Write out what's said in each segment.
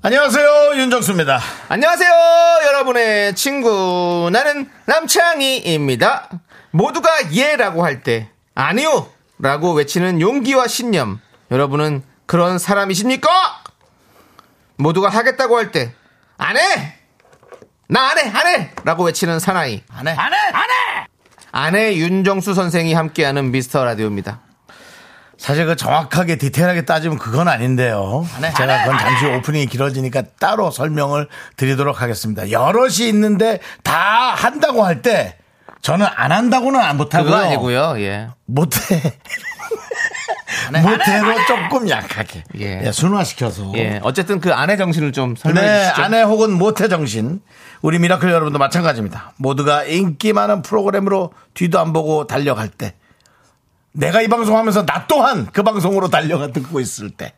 안녕하세요 윤정수입니다. 안녕하세요, 여러분의 친구. 나는 남창희입니다. 모두가 예 라고 할 때, 아니요! 라고 외치는 용기와 신념. 여러분은 그런 사람이십니까? 모두가 하겠다고 할 때, 안 해! 나 안 해! 안 해! 라고 외치는 사나이. 안해 안해 안해. 아내 윤정수 선생이 함께하는 미스터 라디오입니다. 사실 그 정확하게 디테일하게 따지면 그건 아닌데요. 제가 그건 잠시 후 오프닝이 길어지니까 따로 설명을 드리도록 하겠습니다. 여럿이 있는데 다 한다고 할 때 저는 안 한다고는 안 못하고요. 그거 아니고요, 예. 못해. 못해로 조금 약하게 예. 예, 순화시켜서 예. 어쨌든 그 아내 정신을 좀 설명해 네, 주시죠. 아내 혹은 모태 정신. 우리 미라클 여러분도 마찬가지입니다. 모두가 인기 많은 프로그램으로 뒤도 안 보고 달려갈 때. 내가 이 방송 하면서 나 또한 그 방송으로 달려가 듣고 있을 때.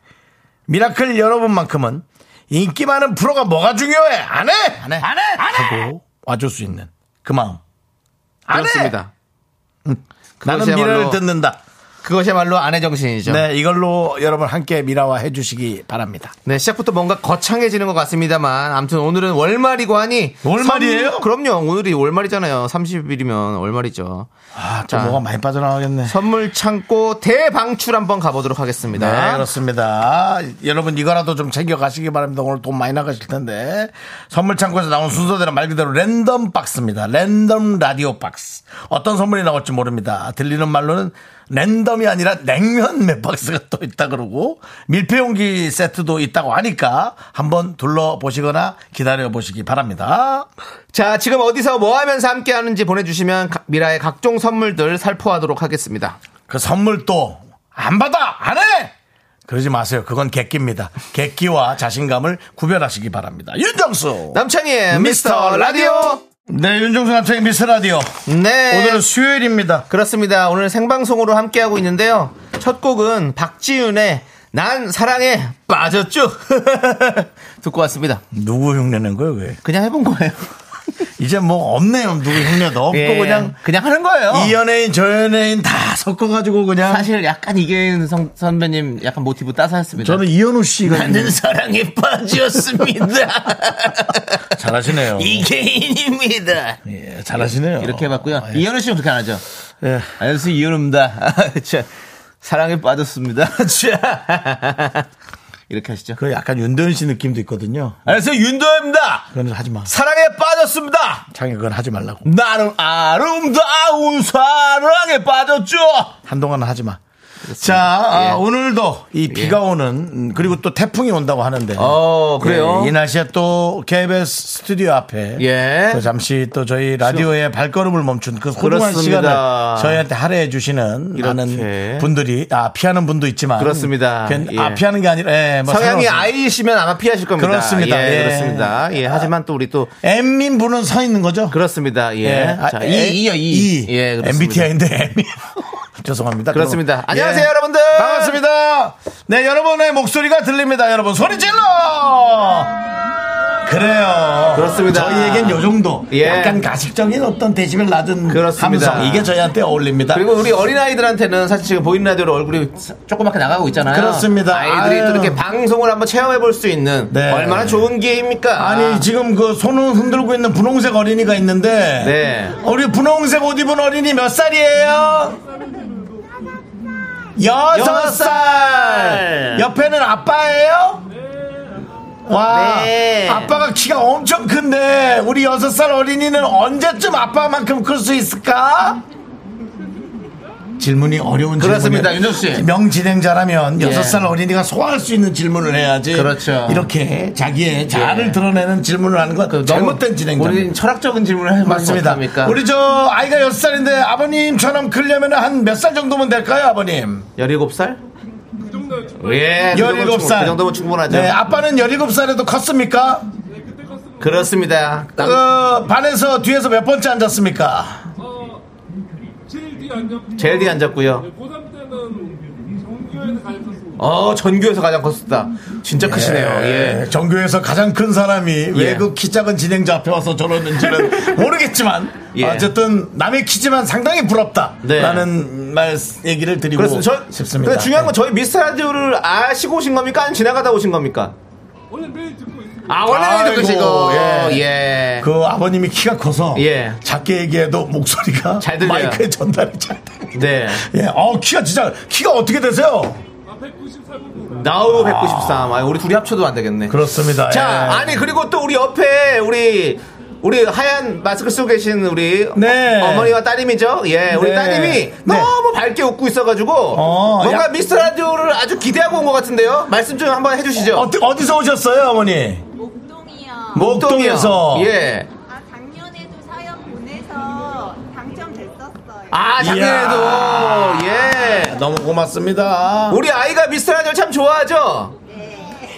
미라클 여러분만큼은 인기 많은 프로가 뭐가 중요해? 안 해! 안 해! 안 해! 하고 와줄 수 있는 그 마음. 안 해! 그렇습니다. 나는 그것이야말로- 뭐 미라를 듣는다. 그것이야말로 아내 정신이죠. 네, 이걸로 여러분 함께 미라와 해주시기 바랍니다. 네, 시작부터 뭔가 거창해지는 것 같습니다만, 아무튼 오늘은 월말이고 하니. 월말이에요? 선- 그럼요. 오늘이 월말이잖아요. 30일이면 월말이죠. 아, 저 자. 뭐가 많이 빠져나가겠네. 선물 창고 대방출 한번 가보도록 하겠습니다. 네, 그렇습니다. 여러분 이거라도 좀 챙겨 가시기 바랍니다. 오늘 돈 많이 나가실 텐데. 선물 창고에서 나온 순서대로 말 그대로 랜덤 박스입니다. 랜덤 라디오 박스. 어떤 선물이 나올지 모릅니다. 들리는 말로는 랜덤이 아니라 냉면 몇 박스가 또 있다 그러고 밀폐 용기 세트도 있다고 하니까 한번 둘러보시거나 기다려 보시기 바랍니다. 자, 지금 어디서 뭐 하면서 함께 하는지 보내주시면 가- 미라의 각종 선물들 살포하도록 하겠습니다. 그 선물 또 안 받아 안 해. 그러지 마세요. 그건 객기입니다. 객기와 자신감을 구별하시기 바랍니다. 윤정수. 네, 남창희의 미스터 라디오! 네, 윤종수 남창의 미스 라디오. 네. 오늘은 수요일입니다. 그렇습니다. 오늘 생방송으로 함께하고 있는데요. 첫 곡은 박지윤의 난 사랑에 빠졌죠? 듣고 왔습니다. 누구 흉내낸 거예요, 왜? 그냥 해본 거예요. 이제 뭐 없네요. 누구 흉내도 없고 예, 그냥 그냥 하는 거예요. 이 연예인 저 연예인 다 섞어가지고 그냥 사실 약간 이계인 성- 선배님 약간 모티브 따서 했습니다. 저는 이현우 씨가 나는 사랑에 빠졌습니다. 잘하시네요. 이계인입니다. 예, 잘하시네요. 이렇게 해봤고요. 아, 예. 이현우 씨는 그렇게 안 하죠. 예. 안녕하세요 이현우입니다. 자, 사랑에 빠졌습니다. 자. 이렇게 하시죠. 그 약간 윤도현 씨 느낌도 있거든요. 안녕하세요 윤도현입니다. 그건 하지 마. 사랑에 빠졌습니다. 장애 그건 하지 말라고. 나름 아름다운 사랑에 빠졌죠. 한동안은 하지 마. 자, 아, 예. 오늘도 이 비가 오는 음, 그리고 또 태풍이 온다고 하는데. 어, 그래요? 예, 이 날씨에 또 KBS 스튜디오 앞에 예. 그렇죠. 또그 잠시 또 저희 라디오의 발걸음을 멈춘 그 소중한 그렇습니다. 시간을 저희한테 할애해 주시는 이렇게. 많은 분들이 아 피하는 분도 있지만 그렇습니다. 괜- 예. 아 피하는 게 아니라 예, 뭐 성향이 상관없습니다. 아이시면 아마 피하실 겁니다. 그렇습니다. 예, 예. 그렇습니다. 예, 하지만 또 우리 또 M인 분은 서 있는 거죠? 그렇습니다. 예. 아, 자, 에- 이, 이요, 이. 이. 예, 그렇습니다. MBTI인데 M. E. 죄송합니다. 아, 예. 그렇습니다. 여러분. 안녕하세요, 여러분들. 반갑습니다. 네, 여러분의 목소리가 들립니다. 여러분 소리 질러. 그래요. 그렇습니다. 저희에겐 요 정도. 예. 약간 가식적인 어떤 데시벨 낮은 그렇습니다. 함성 이게 저희한테 어울립니다. 그리고 우리 어린아이들한테는 사실 지금 보이는 라디오로 얼굴이 조그맣게 나가고 있잖아요. 그렇습니다. 아이들이 아유. 또 이렇게 방송을 한번 체험해 볼 수 있는 네. 얼마나 좋은 기회입니까? 아니 지금 그 손을 흔들고 있는 분홍색 어린이가 있는데 네. 우리 분홍색 옷 입은 어린이 몇 살이에요? 여섯 여섯 살. 살. 옆에는 아빠예요? 와, 네. 아빠가 키가 엄청 큰데 우리 여섯 살 어린이는 언제쯤 아빠만큼 클 수 있을까? 질문이 어려운 그렇습니다, 질문이에요. 윤정수 씨. 명진행자라면 예. 여섯 살 어린이가 소화할 수 있는 질문을 해야지. 그렇죠. 이렇게 자기의 자아를 예. 그렇죠. 드러내는 질문을 하는 건 잘못된 진행자. 우리 철학적인 질문을 해보면 맞습니다. 어떡합니까? 우리 저 아이가 여섯 살인데 아버님처럼 크려면 한 몇 살 정도면 될까요, 아버님? 17살? 그 정도 예, 그 정도면 충분- 17살. 그 정도면 충분하죠. 네, 아빠는 17살에도 컸습니까? 그렇습니다. 어, 반에서 뒤에서 몇 번째 앉았습니까? 제일 뒤에 앉았고요. 어, 전교에서 가장 컸었다. 진짜 크시네요. 예. 전교에서 가장 큰 사람이 왜 그 키 작은 진행자 앞에 와서 저러는지는 모르겠지만 예. 어쨌든 남의 키지만 상당히 네. 부럽다라는 말 얘기를 드리고 그렇습니다. 네. 저, 싶습니다. 근데 중요한 건 저희 미스터 라디오를 아시고 오신 겁니까? 아니면 지나가다 오신 겁니까? 원래 매일 듣고 있습니다. 아, 원래 매일 아이고, 듣고 계시고. 예. 그 아버님이 키가 커서 예. 작게 얘기해도 목소리가 잘 들려요. 마이크에 전달이 잘 돼. 네. 예, 어 키가 진짜 키가 어떻게 되세요? 나우 193. 아, 우리 둘이 합쳐도 안 되겠네. 그렇습니다. 자, 예. 아니 그리고 또 우리 옆에 우리 우리 하얀 마스크 쓰고 계신 우리 네. 어, 머니와 따님이죠. 예, 우리 네. 따님이 네. 너무 밝게 웃고 있어가지고 어, 뭔가 야- 미스터 라디오를 아주 기대하고 온 것 같은데요. 말씀 좀 한번 해주시죠. 어디 어디서 오셨어요, 어머니? 목동이요. 목동이요. 목동에서. 예. 아, 작년에도 사연 보내서 당첨됐었어요. 아 작년에도 예. 너무 고맙습니다. 우리 아이가 미스터 라디오 를참 좋아하죠.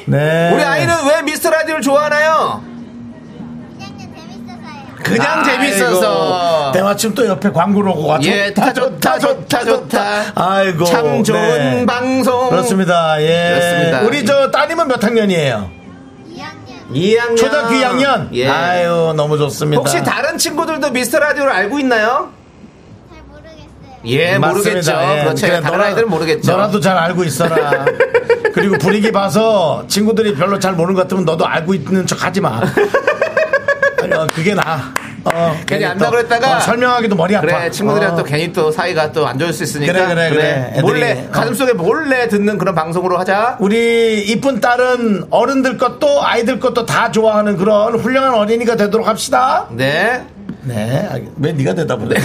네. 우리 아이는 왜 미스터 라디오를 좋아하나요? 그냥 아이고, 재밌어서요. 그냥 재밌어서. 때마침 또 옆에 광고를 오고 가 예, 다 좋다, 좋다, 좋다. 아이고. 참 좋은 네. 방송. 그렇습니다. 예. 그렇습니다. 우리 저 따님은 몇 학년이에요? 2학년. 초등학교 2학년? 예. 아유, 너무 좋습니다. 혹시 다른 친구들도 미스터 라디오를 알고 있나요? 예, 모르겠죠. 맞습니다. 예. 그렇죠. 그래, 다른 너라- 아이들은 모르겠죠. 너라도 잘 알고 있어라. 그리고 분위기 봐서 친구들이 별로 잘 모르는 것 같으면 너도 알고 있는 척 하지 마. 어, 그게 나. 어, 괜히 안 또 나고 그랬다가 어, 설명하기도 머리 아파. 그래, 친구들이랑 어. 또 괜히 또 사이가 또 안 좋을 수 있으니까. 그래, 그래, 그래. 애들이- 몰래, 어. 가슴 속에 몰래 듣는 그런 방송으로 하자. 우리 이쁜 딸은 어른들 것도 아이들 것도 다 좋아하는 그런 훌륭한 어린이가 되도록 합시다. 네. 네. 알- 왜 네가 대답을 해?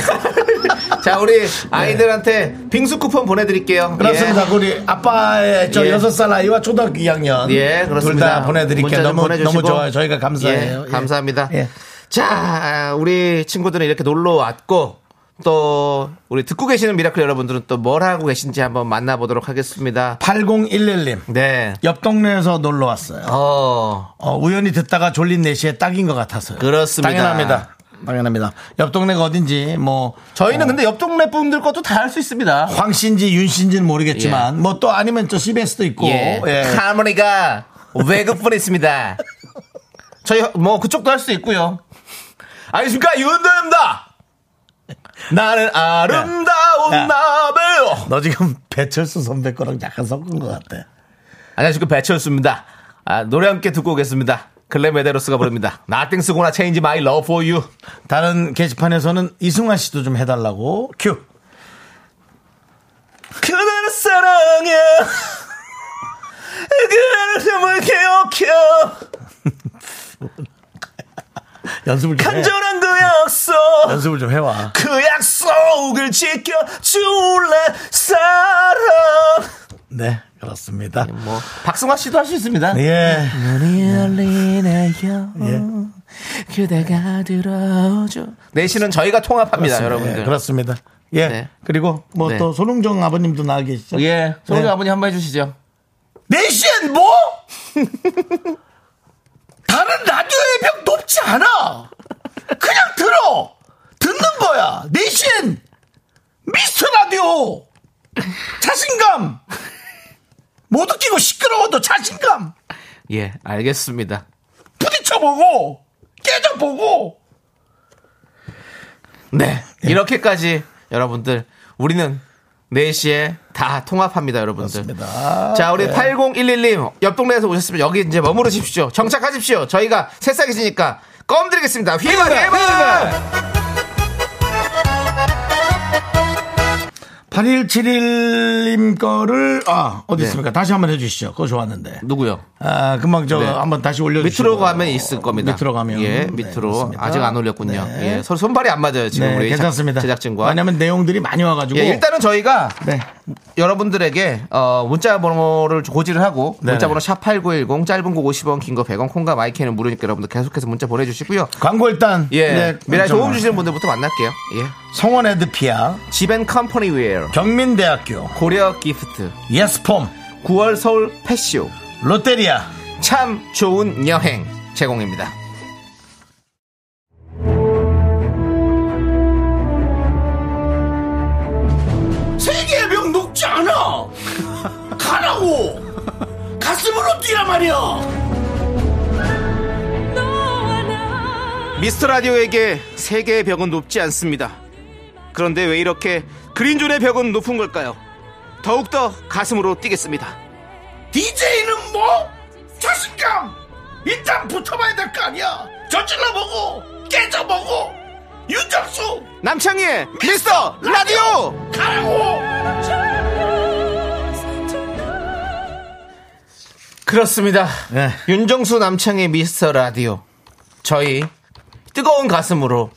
자, 우리 아이들한테 빙수 쿠폰 보내드릴게요. 그렇습니다. 예. 우리 아빠의 저 예. 여섯 살 아이와 초등학교 2학년 예, 그렇습니다. 둘 다 보내드릴게요. 문자 좀 너무 보내주시고. 너무 좋아요. 저희가 감사해요. 예, 예. 감사합니다. 예. 자, 우리 친구들은 이렇게 놀러 왔고 또 우리 듣고 계시는 미라클 여러분들은 또 뭘 하고 계신지 한번 만나보도록 하겠습니다. 8011님 네. 옆 동네에서 놀러 왔어요. 어, 어, 우연히 듣다가 졸린 4시에 딱인 것 같아서요. 그렇습니다. 당연합니다. 당연합니다. 옆 동네가 어딘지 뭐 저희는 어, 근데 옆 동네 분들 것도 다 할 수 있습니다. 황신지 윤신지는 모르겠지만 뭐 또 아니면 저 CBS도 있고 예. 예. 할머니가 외국분에 있습니다. 저희 뭐 그쪽도 할 수 있고요. 안녕하십니까 윤도입니다. 나는 아름다운 야. 나베요. 너 지금 배철수 선배 거랑 약간 섞은 것 같아. 안녕하십니까 배철수입니다. 아, 노래 함께 듣고 오겠습니다. 글램 메데로스가 부릅니다. 나띵스 고나 체인지 마이 러브 포 유. 다른 게시판에서는 이승환 씨도 좀 해달라고 큐. 그대를 사랑해. 그대를 정말 기억해. 연습을 좀 해. 간절한 그 약속. 연습을 좀 해와. 그 약속을 지켜줄래 사랑. 네, 그렇습니다. 뭐 박승화 씨도 할 수 있습니다. 예. 눈이 열리네요. 그대가 들어줘. 내시는 저희가 통합합니다, 여러분들. 예, 그렇습니다. 예. 네. 그리고 뭐 네. 또 손흥정 아버님도 나와 계시죠. 예, 손흥민 네. 아버님 한번 해주시죠. 내시엔 뭐? 다른 라디오의 벽 높지 않아. 그냥 들어. 듣는 거야. 내시엔 미스터 라디오. 자신감. 못 웃기고 시끄러워도 자신감. 예, 알겠습니다. 부딪혀보고 깨져보고. 네, 예. 이렇게까지 여러분들 우리는 4시에 다 통합합니다, 여러분들. 네. 그렇습니다. 자, 우리 8011님 옆 동네에서 오셨으면 여기 이제 머무르십시오. 정착하십시오. 저희가 새싹이시니까 껌 드리겠습니다. 휘발 휘발. 8171님 거를 아 어디 네. 있습니까? 다시 한번 해주시죠. 그거 좋았는데. 누구요? 아 금방 저 네. 한번 다시 올려주시고 밑으로 가면 있을 겁니다. 밑으로 가면 예, 네, 밑으로 그렇습니다. 아직 안 올렸군요. 네. 예, 서로 손발이 안 맞아요 지금 네, 우리 작- 괜찮습니다. 제작진과. 왜냐하면 내용들이 많이 와가지고 예, 일단은 저희가 네. 여러분들에게 어, 문자 번호를 고지를 하고 네네. 문자 번호 샵8910 짧은 거 50원 긴 거 100원 콩과 마이크는 무료니까 여러분들 계속해서 문자 보내주시고요 광고 일단 예 네, 미라 좀 도움 와. 주시는 분들부터 만날게요 예 성원 에드피아 지벤 컴퍼니 웨어 경민대학교 고려 기프트 예스폼 9월 서울 패쇼 롯데리아 참 좋은 여행 제공입니다 없지 않아! 가라고! 가슴으로 뛰란 말이야! 미스터 라디오에게 세계의 벽은 높지 않습니다. 그런데 왜 이렇게 그린존의 벽은 높은 걸까요? 더욱더 가슴으로 뛰겠습니다. DJ는 뭐? 자신감! 일단 붙어봐야 될 거 아니야! 저질러보고! 깨져보고! 윤정수! 남창희의 미스터 라디오! 가라고! 그렇습니다. 네. 윤정수 남창의 미스터 라디오. 저희 뜨거운 가슴으로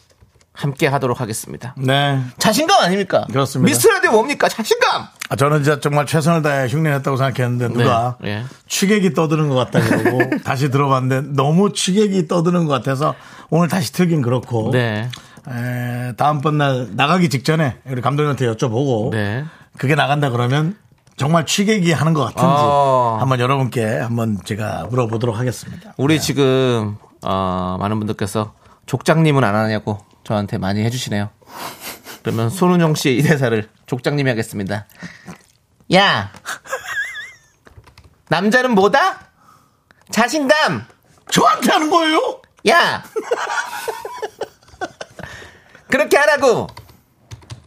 함께 하도록 하겠습니다. 네. 자신감 아닙니까? 그렇습니다. 미스터 라디오 뭡니까? 자신감! 아, 저는 진짜 정말 최선을 다해 흉내냈다고 생각했는데 누가 네, 예. 취객이 떠드는 것 같다 그러고 다시 들어봤는데 너무 취객이 떠드는 것 같아서 오늘 다시 틀긴 그렇고 네. 에, 다음번 날 나가기 직전에 우리 감독님한테 여쭤보고 네. 그게 나간다 그러면 정말 취객이 하는 것 같은지 어. 한번 여러분께 한번 제가 물어보도록 하겠습니다. 우리 지금, 어, 많은 분들께서 족장님은 안 하냐고 저한테 많이 해주시네요. 그러면 손은정 씨의 이 대사를 족장님이 하겠습니다. 야! 남자는 뭐다? 자신감! 저한테 하는 거예요? 야! 그렇게 하라고!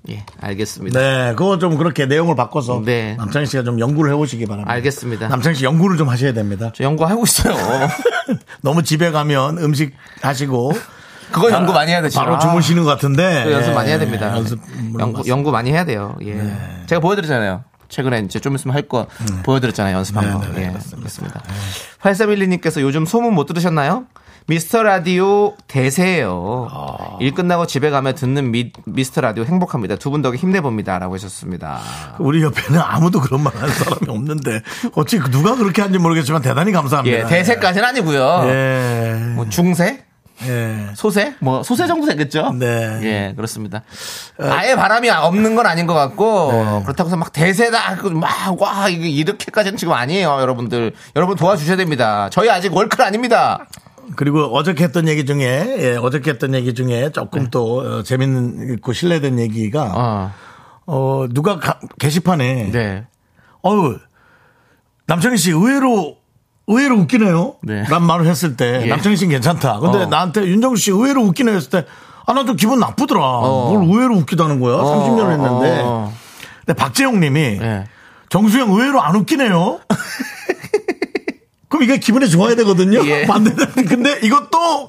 예, 알겠습니다. 네, 그거 좀 그렇게 내용을 바꿔서 네. 남창희 씨가 좀 연구를 해보시기 바랍니다. 알겠습니다. 남창희 씨 연구를 좀 하셔야 됩니다. 저 연구하고 있어요. 너무 집에 가면 음식 하시고 그거 연구 많이 해야 아. 되죠. 바로 주무시는 것 같은데 그 연습 많이 해야 됩니다. 예, 연습 연구, 연구 많이 해야 돼요. 예. 제가 보여드렸잖아요. 최근에 이제 좀 있으면 할 거 보여드렸잖아요. 연습한 거. 예. 그렇습니다. 8312님께서 요즘 소문 못 들으셨나요? 미스터 라디오 대세예요. 일 끝나고 집에 가면 듣는 미, 미스터 라디오 행복합니다. 두 분 덕에 힘내봅니다. 라고 하셨습니다. 그 우리 옆에는 아무도 그런 말 하는 사람이 없는데 어찌 누가 그렇게 하는지 모르겠지만 대단히 감사합니다. 예, 대세까지는 아니고요. 예. 뭐 중세? 예. 소세? 뭐 소세 정도 되겠죠? 네. 어. 예, 그렇습니다. 아예 바람이 없는 건 아닌 것 같고 네. 그렇다고 해서 막 대세다 막와 이렇게까지는 지금 아니에요, 여러분들. 여러분 도와주셔야 됩니다. 저희 아직 월클 아닙니다. 그리고 어저께 했던 얘기 중에 예, 어저께 했던 얘기 중에 조금 또 어, 재밌는 있고 신뢰된 얘기가 네. 어. 어 누가 가- 게시판에 네. 어우 남창희 씨 의외로 의외로 웃기네요. 네. 난 말을 했을 때 예. 남창희 씨는 괜찮다. 근데 어. 나한테 윤정수 씨 의외로 웃기네요 했을 때 아, 나 좀 기분 나쁘더라. 뭘 의외로 웃기다는 거야. 30년 했는데. 어. 근데 박재용 님이 예. 정수영 의외로 안 웃기네요. 그럼 이게 기분이 좋아야 되거든요. 예. 반대는 근데 이것도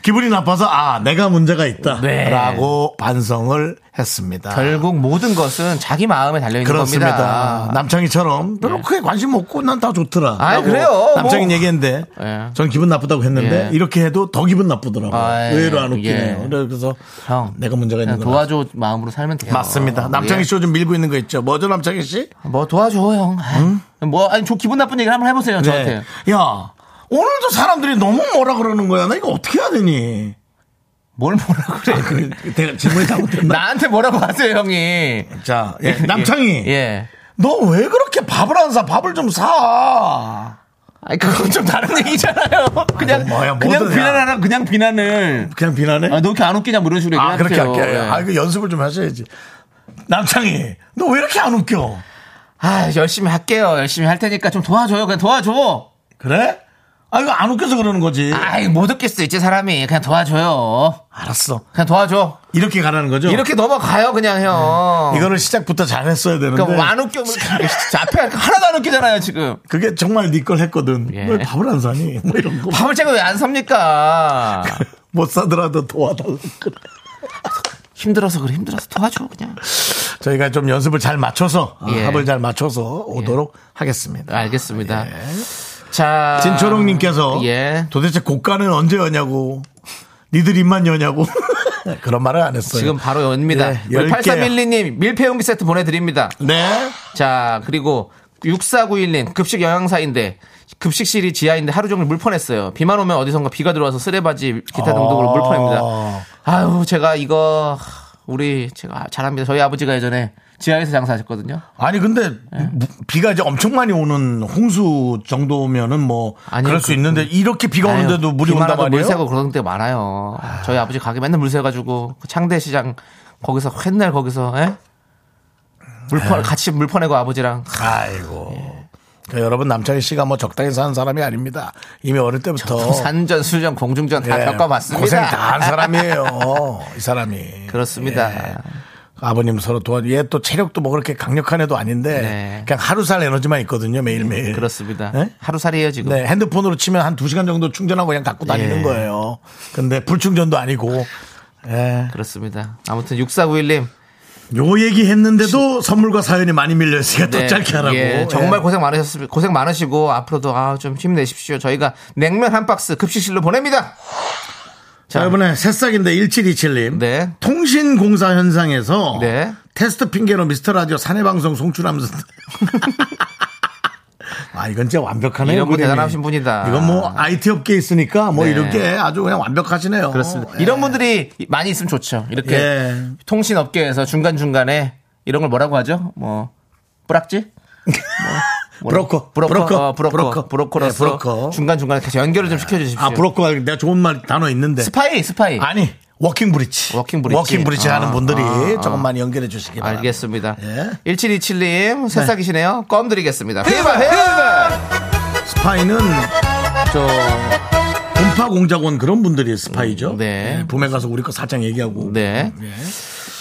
기분이 나빠서 아 내가 문제가 네. 있다라고 반성을 했습니다. 결국 모든 것은 자기 마음에 달려 있는 그렇습니다. 겁니다. 예. 남창희처럼 별로 크게 관심 없고 난 다 좋더라. 아이, 라고 그래요. 남창희 뭐. 얘기했는데 예. 전 기분 나쁘다고 했는데 예. 이렇게 해도 더 기분 나쁘더라고. 요 아이, 의외로 안 웃기네요. 예. 그래서 형, 내가 문제가 있는 그냥 거 도와줘 마음으로 살면 돼요. 네, 맞습니다. 남창희 예. 씨 요즘 밀고 있는 거 있죠. 뭐죠, 남창희 씨? 뭐 도와줘 형. 아, 음? 뭐 아니 저 기분 나쁜 얘기를 한번 해보세요 아, 저한테. 네. 야 오늘도 사람들이 너무 뭐라 그러는 거야. 나 이거 어떻게 해야 되니? 뭘 뭐라 그래. 그, 내가 질문이 잘못됐나? 나한테 뭐라고 하세요 형이. 자, 그- 예, 남창희, 예. 너 왜 그렇게 밥을 안 사? 밥을 좀 사. 아니 그건 좀 다른 얘기잖아요. 그냥 뭐, 뭐야, 그냥 뭐든 비난하라 그냥 비난을. 그냥 비난해? 아, 너 이렇게 안 웃기냐 뭐 이런 식으로 아, 그렇게 얘기하세요. 예. 할게. 아, 이거 연습을 좀 하셔야지. 남창희, 너 왜 이렇게 안 웃겨? 아, 열심히 할게요. 열심히 할 테니까 좀 도와줘요. 그냥 도와줘. 그래? 아, 이거 안 웃겨서 그러는 거지. 아이 못 웃길 수 있지 사람이. 그냥 도와줘요. 알았어. 그냥 도와줘. 이렇게 가라는 거죠? 이렇게 넘어가요 그냥 형. 네. 이거를 시작부터 잘했어야 되는데. 그러니까 뭐안 웃겨. 뭐 이렇게 앞에 하나도 안 웃기잖아요 지금. 그게 정말 네 걸 했거든. 예. 왜 밥을 안 사니? 뭐 이런 거. 밥을 제가 왜 안 삽니까? 못 사더라도 도와달라고. 그래. 힘들어서 그래 힘들어서 도와줘 그냥. 저희가 좀 연습을 잘 맞춰서, 아, 예. 합을 잘 맞춰서 오도록 하겠습니다. 알겠습니다. 자 예. 진초롱님께서 예. 도대체 고가는 언제 여냐고 니들 입만 여냐고 그런 말을 안 했어요. 지금 바로 연입니다. 네, 우리 열 개요. 8312님 밀폐용기 세트 보내드립니다. 네. 자 그리고 6491님 급식 영양사인데 급식실이 지하인데 하루 종일 물퍼냈어요. 비만 오면 어디선가 비가 들어와서 쓰레바지 기타 등등으로 아. 물퍼냅니다. 아유 제가 이거 우리 제가 잘합니다. 저희 아버지가 예전에 지하에서 장사하셨거든요. 아니 근데 네. 무- 비가 이제 엄청 많이 오는 홍수 정도면은 뭐 아니요, 그럴 수 그- 있는데 이렇게 비가 아유, 오는데도 물이 비만 온단 와도 물 말이에요. 새고 그런 데 많아요. 저희 아버지 가게 맨날 물 새가지고 그 창대시장 거기서 맨날 거기서 예? 네. 물퍼 같이 물퍼내고 아버지랑 아이고. 예. 그 여러분 남창희 씨가 뭐 적당히 사는 사람이 아닙니다. 이미 어릴 때부터 그 산전 수전 공중전 다 예, 겪어봤습니다. 고생 다 한 사람이에요. 이 사람이. 그렇습니다. 예. 아버님 서로 도와주. 얘또 체력도 뭐 그렇게 강력한 애도 아닌데 네. 그냥 하루살 에너지만 있거든요 매일 매일. 그렇습니다. 네? 하루살이에요 지금. 네, 핸드폰으로 치면 한 2시간 정도 충전하고 그냥 갖고 다니는 예. 거예요. 근데 불충전도 아니고. 예. 그렇습니다. 아무튼 6491님. 요 얘기 했는데도 선물과 사연이 많이 밀려있으니까 더 네. 짧게 하라고. 예, 정말 고생 많으셨습니다. 고생 많으시고 앞으로도 아, 좀 힘내십시오. 저희가 냉면 한 박스 급식실로 보냅니다. 자, 이번에 새싹인데 1727님. 네. 통신공사 현상에서 네. 테스트 핑계로 미스터 라디오 사내방송 송출하면서. 아, 이건 진짜 완벽하네요. 이런 분 그림이. 대단하신 분이다. 이건 뭐 IT 업계에 있으니까 뭐 네. 이렇게 아주 그냥 완벽하시네요. 그렇습니다. 예. 어, 이런 분들이 많이 있으면 좋죠. 이렇게 예. 통신 업계에서 중간 중간에 이런 걸 뭐라고 하죠? 뭐 뿌락지? 뭐, 뭐라- 브로커, 브로커, 브로커, 어, 브로커, 브로커. 브로커로서 네, 브로커. 중간 중간에 계속 연결을 좀 시켜주십시오. 아, 브로커가 내가 좋은 말 단어 있는데. 스파이, 스파이. 아니 워킹 브릿지 예. 워킹 브릿지. 아, 하는 분들이 아, 아. 조금 많이 연결해 주시기 바랍니다 알겠습니다. 예. 1727님 새싹이시네요. 껌 드리겠습니다. 휘바 휘바. 스파이는 저 분파 공작원 그런 분들이 스파이죠 네. 예, 붐에 가서 우리 거 살짝 얘기하고 네.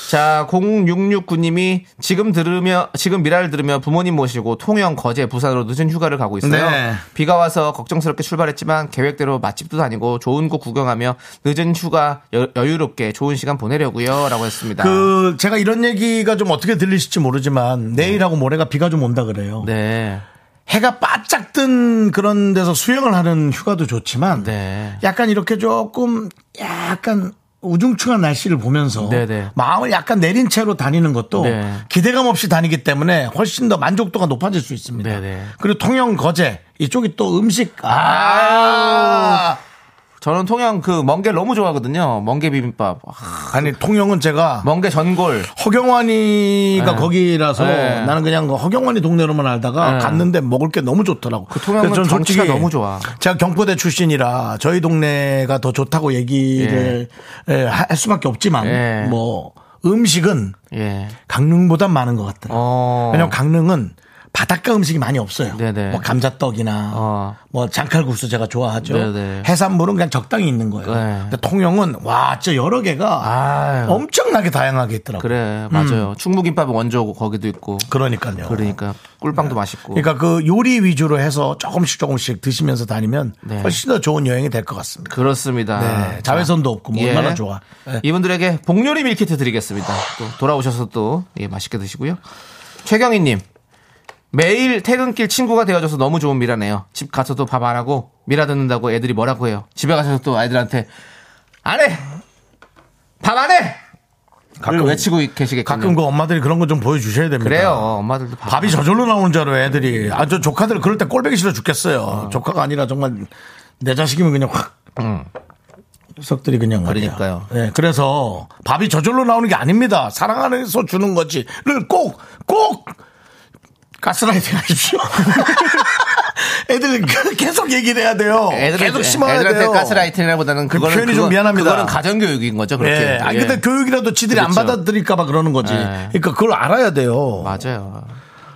자, 0669님이 지금 들으며 지금 미라를 들으며 부모님 모시고 통영 거제 부산으로 늦은 휴가를 가고 있어요. 네. 비가 와서 걱정스럽게 출발했지만 계획대로 맛집도 다니고 좋은 곳 구경하며 늦은 휴가 여, 유롭게 좋은 시간 보내려고요라고 했습니다. 그 제가 이런 얘기가 좀 어떻게 들리실지 모르지만 내일하고 모레가 비가 좀 온다 그래요 네. 해가 바짝 뜬 그런 데서 수영을 하는 휴가도 좋지만 네. 약간 이렇게 조금 약간 우중충한 날씨를 보면서 네네. 마음을 약간 내린 채로 다니는 것도 네. 기대감 없이 다니기 때문에 훨씬 더 만족도가 높아질 수 있습니다. 네네. 그리고 통영 거제 이쪽이 또 음식 아 아우. 저는 통영 그 멍게 너무 좋아하거든요. 멍게 비빔밥. 아, 아니 통영은 제가 멍게 전골. 허경환이가 뭐. 네. 거기라서 네. 나는 그냥 그 허경환이 동네로만 알다가 네. 갔는데 먹을 게 너무 좋더라고. 그 통영은 그래서 저는 정치가 너무 좋아. 제가 경포대 출신이라 저희 동네가 더 좋다고 얘기를 예, 할 수밖에 없지만 예. 뭐 음식은 예. 강릉보단 많은 것 같더라고. 어. 왜냐면 강릉은 바닷가 음식이 많이 없어요. 네네. 뭐 감자떡이나 어. 뭐 장칼국수 제가 좋아하죠. 네네. 해산물은 그냥 적당히 있는 거예요. 네. 근데 통영은 와 진짜 여러 개가 아유. 엄청나게 다양하게 있더라고요. 그래 맞아요. 충무김밥이 원조고 거기도 있고. 그러니까요. 그러니까 꿀빵도 맛있고. 그러니까 그 요리 위주로 해서 조금씩 조금씩 드시면서 다니면 네. 훨씬 더 좋은 여행이 될 것 같습니다. 그렇습니다. 예. 네, 자외선도 없고 뭐 얼마나 좋아. 네. 이분들에게 복요리 밀키트 드리겠습니다. 또 돌아오셔서 또 예, 맛있게 드시고요. 최경희님 매일 퇴근길 친구가 되어줘서 너무 좋은 미라네요. 집 가서도 밥 안 하고 미라 듣는다고 애들이 뭐라고 해요. 집에 가셔서 또 아이들한테 안 해. 밥 안 해. 가끔 외치고 계시겠군요. 가끔 그 엄마들이 그런 거 좀 보여주셔야 됩니다. 그래요. 엄마들도 밥 밥이 저절로 나오는 줄 알아요, 애들이. 아, 저 조카들 그럴 때 꼴배기 싫어 죽겠어요. 조카가 아니라 정말 내 자식이면 그냥 확. 석들이 그냥 말이야. 음. 그러니까요. 네, 그래서 밥이 저절로 나오는 게 아닙니다. 사랑 안에서 주는 거지를 꼭, 꼭 가스라이팅 하십시오. 애들 계속 얘기를 해야 돼요. 애들한테- 계속 심어야 애들한테 돼요. 가스라이팅이라기보다는 그 그거는 표현이 좀 그거- 미안합니다. 그거는 가정교육인 거죠. 그렇게. 예. 아, 예. 근데 교육이라도 지들이 그렇죠. 안 받아들일까봐 그러는 거지. 예. 그러니까 그걸 알아야 돼요. 맞아요. 어.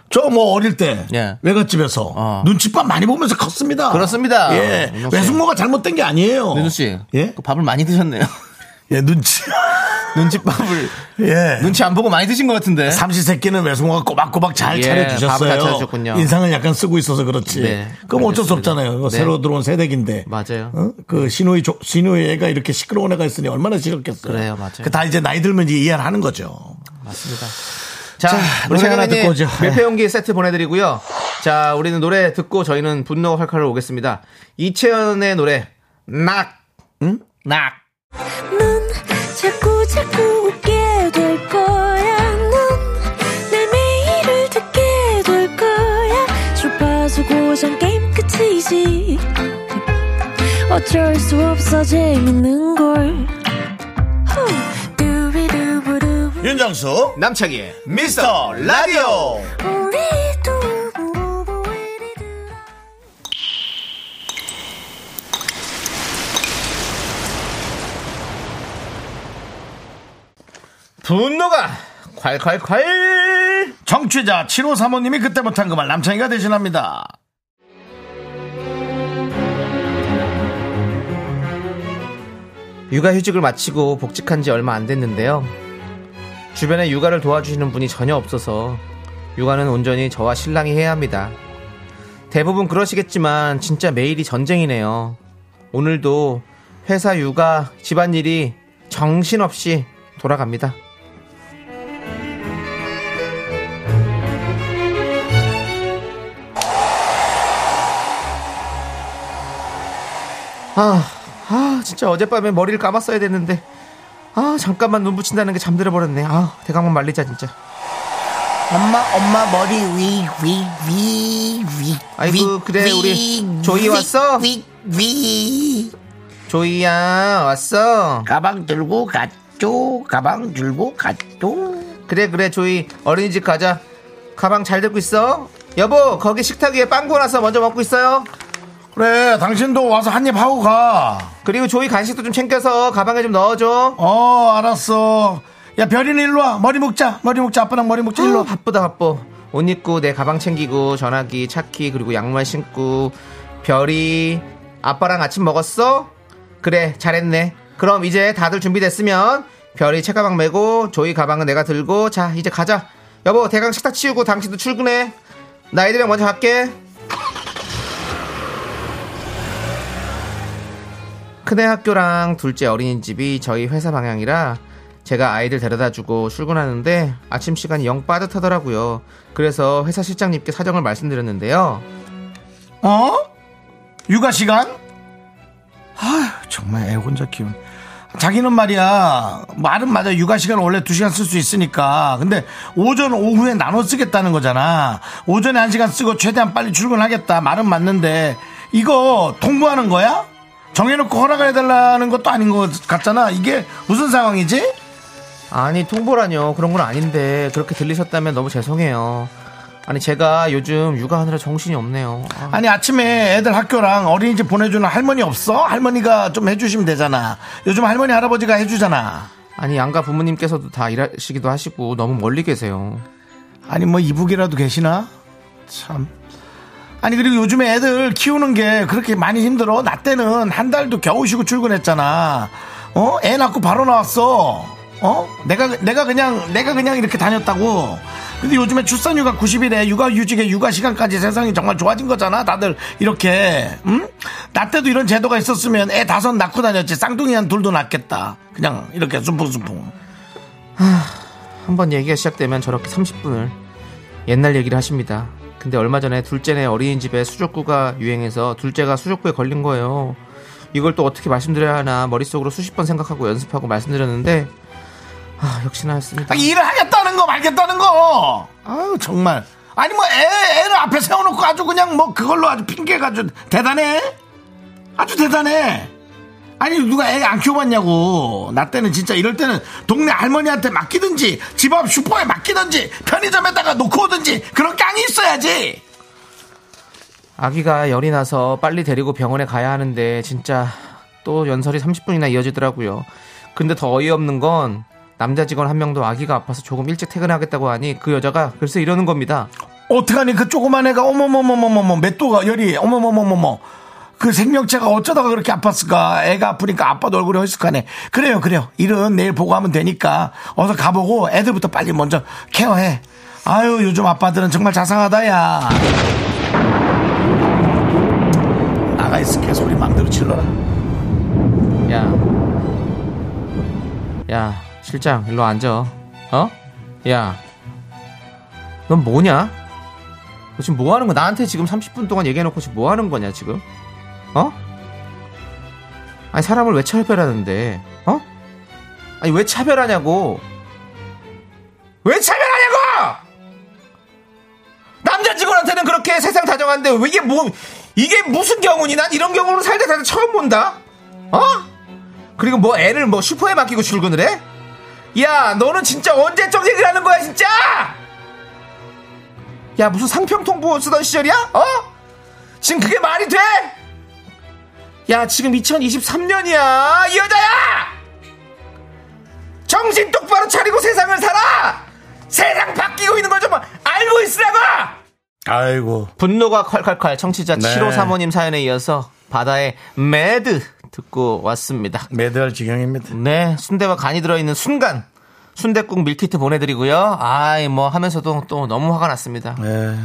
저 뭐 어릴 때 예. 외갓집에서 어. 눈칫밥 많이 보면서 컸습니다. 그렇습니다. 어, 예. 윤정 씨. 외숙모가 잘못된 게 아니에요. 윤수 씨, 예? 그 밥을 많이 드셨네요. 예, 눈치. 눈치밥을 예. 눈치 안 보고 많이 드신 것 같은데. 삼시세끼는 외숙모가 꼬박꼬박 잘 예, 차려주셨어요. 밥을 차려주셨군요. 인상을 약간 쓰고 있어서 그렇지. 네, 그럼 어쩔 수 알겠습니다. 없잖아요. 이거 네. 새로 들어온 새댁인데. 맞아요. 어? 그 신우이, 조- 신우이 애가 이렇게 시끄러운 애가 있으니 얼마나 싫었겠어요. 그래요, 맞아요. 그 다 이제 나이 들면 이제 이해를 하는 거죠. 맞습니다. 자, 우리 노래 하나 최근에 듣고 오죠. 예. 밀폐 용기 세트 보내드리고요. 자, 우리는 노래 듣고 저희는 분노 활칼로 오겠습니다. 이채연의 노래 낙, 응? 낙. 넌 자꾸 자꾸 웃게 될 거야. 넌내 매일을 듣게 될 거야. 주파수 고정 게임 끝이지. 어쩔 수 없어 재밌는 걸. 후. 두비두부두. 윤정수, 남창희의 미스터 라디오. 우리 두부부부 우리 두부부. 분노가 콸콸콸. 정취자 7호 사모님이 아, 그때 못한 그 말 남창희가 대신합니다. 육아휴직을 마치고 복직한 지 얼마 안 됐는데요. 주변에 육아를 도와주시는 분이 전혀 없어서 육아는 온전히 저와 신랑이 해야 합니다. 대부분 그러시겠지만 진짜 매일이 전쟁이네요. 오늘도 회사 육아 집안일이 정신없이 돌아갑니다. 아, 아, 진짜 어젯밤에 머리를 감았어야 됐는데. 아, 잠깐만 눈 붙인다는 게 잠들어 버렸네. 아, 대강만 말리자 진짜. 엄마 엄마 머리 위 위 위위 아이고, 그래, 우리 조이 왔어? 위위 조이야, 왔어. 가방 들고 갔죠 가방 들고 갔죠 그래 그래 조이 어린이집 가자 가방 잘 들고 있어 여보 거기 식탁 위에 빵 구워놔서 먼저 먹고 있어요 그래 당신도 와서 한 입 하고 가 그리고 조이 간식도 좀 챙겨서 가방에 좀 넣어줘 어 알았어 야 별이는 일로 와 머리 묶자 머리 묶자 아빠랑 머리 묶자 일로 찔러 와 바쁘다 바빠 옷 입고 내 가방 챙기고 전화기 차키 그리고 양말 신고 별이 아빠랑 아침 먹었어? 그래 잘했네 그럼 이제 다들 준비됐으면 별이 책가방 메고 조이 가방은 내가 들고 자 이제 가자 여보 대강 식탁 치우고 당신도 출근해 나 애들이랑 먼저 갈게 큰애 학교랑 둘째 어린이집이 저희 회사 방향이라 제가 아이들 데려다주고 출근하는데 아침 시간이 영 빠듯하더라고요. 그래서 회사 실장님께 사정을 말씀드렸는데요. 어? 육아 시간? 아 정말 애 혼자 키운 자기는 말이야 말은 맞아 육아 시간 원래 2시간 쓸 수 있으니까 근데 오전 오후에 나눠 쓰겠다는 거잖아 오전에 1시간 쓰고 최대한 빨리 출근하겠다 말은 맞는데 이거 통보하는 거야? 정해놓고 허락해달라는 것도 아닌 것 같잖아 이게 무슨 상황이지? 아니 통보라뇨 그런 건 아닌데 그렇게 들리셨다면 너무 죄송해요. 아니 제가 요즘 육아하느라 정신이 없네요. 아, 아니 아침에 애들 학교랑 어린이집 보내주는 할머니 없어? 할머니가 좀 해주시면 되잖아 요즘 할머니 할아버지가 해주잖아 아니 양가 부모님께서도 다 일하시기도 하시고 너무 멀리 계세요. 아니 뭐 이북이라도 계시나? 참. 아니 그리고 요즘에 애들 키우는 게 그렇게 많이 힘들어. 나 때는 한 달도 겨우 쉬고 출근했잖아. 어? 애 낳고 바로 나왔어. 어? 내가 내가 그냥 내가 그냥 이렇게 다녔다고. 근데 요즘에 출산휴가 90일에 육아휴직에 육아시간까지 세상이 정말 좋아진 거잖아. 다들 이렇게 응? 나 때도 이런 제도가 있었으면 애 다섯 낳고 다녔지. 쌍둥이 한 둘도 낳겠다. 그냥 이렇게 숨풍숨풍. 한 번 얘기가 시작되면 저렇게 30분을 옛날 얘기를 하십니다. 근데 얼마 전에 둘째네 어린이집에 수족구가 유행해서 둘째가 수족구에 걸린 거예요. 이걸 또 어떻게 말씀드려야 하나 머릿속으로 수십 번 생각하고 연습하고 말씀드렸는데 아, 역시나 했습니다. 아, 일을 하겠다는 거 말겠다는 거. 아유 정말. 아니 뭐 애, 애를 앞에 세워놓고 아주 그냥 뭐 그걸로 아주 핑계 가지고 대단해. 아주 대단해. 아니 누가 애 안 키워봤냐고. 나 때는 진짜 이럴 때는 동네 할머니한테 맡기든지 집 앞 슈퍼에 맡기든지 편의점에다가 놓고 오든지 그런 깡이 있어야지. 아기가 열이 나서 빨리 데리고 병원에 가야 하는데 진짜 또 연설이 30분이나 이어지더라고요. 근데 더 어이없는 건 남자 직원 한 명도 아기가 아파서 조금 일찍 퇴근하겠다고 하니 그 여자가 글쎄 이러는 겁니다. 어떡하니 그 조그만 애가 어머머머머머머 맷도가 열이 어머머머머머 그 생명체가 어쩌다가 그렇게 아팠을까 애가 아프니까 아빠도 얼굴이 헐쑥하네 그래요 그래요 일은 내일 보고 하면 되니까 어서 가보고 애들부터 빨리 먼저 케어해 아유 요즘 아빠들은 정말 자상하다 야 나가 있을게 소리 마음대로 질러라 야. 야, 실장, 일로 앉아. 어? 야. 넌 뭐냐? 너 지금 뭐 하는 거야? 나한테 지금 30분 동안 얘기해놓고 지금 뭐 하는 거냐, 지금? 어? 아니, 사람을 왜 차별하는데? 어? 아니, 왜 차별하냐고! 왜 차별하냐고! 남자 직원한테는 그렇게 세상 다정한데, 왜 이게 뭐, 이게 무슨 경우니? 난 이런 경우는 살다 살다 처음 본다? 어? 그리고 뭐 애를 뭐 슈퍼에 맡기고 출근을 해? 야, 너는 진짜 언제적 얘기를 하는 거야, 진짜! 야, 무슨 상평통보 쓰던 시절이야? 어? 지금 그게 말이 돼? 야, 지금 2023년이야, 이 여자야! 정신 똑바로 차리고 세상을 살아! 세상 바뀌고 있는 걸 좀 아이고. 분노가 콸콸콸 청취자 네. 7호 사모님 사연에 이어서 바다의 매드 듣고 왔습니다. 매달 지경입니다. 네, 순대와 간이 들어있는 순간 순대국 밀키트 보내드리고요. 아이 뭐 하면서도 또 너무 화가 났습니다. 네.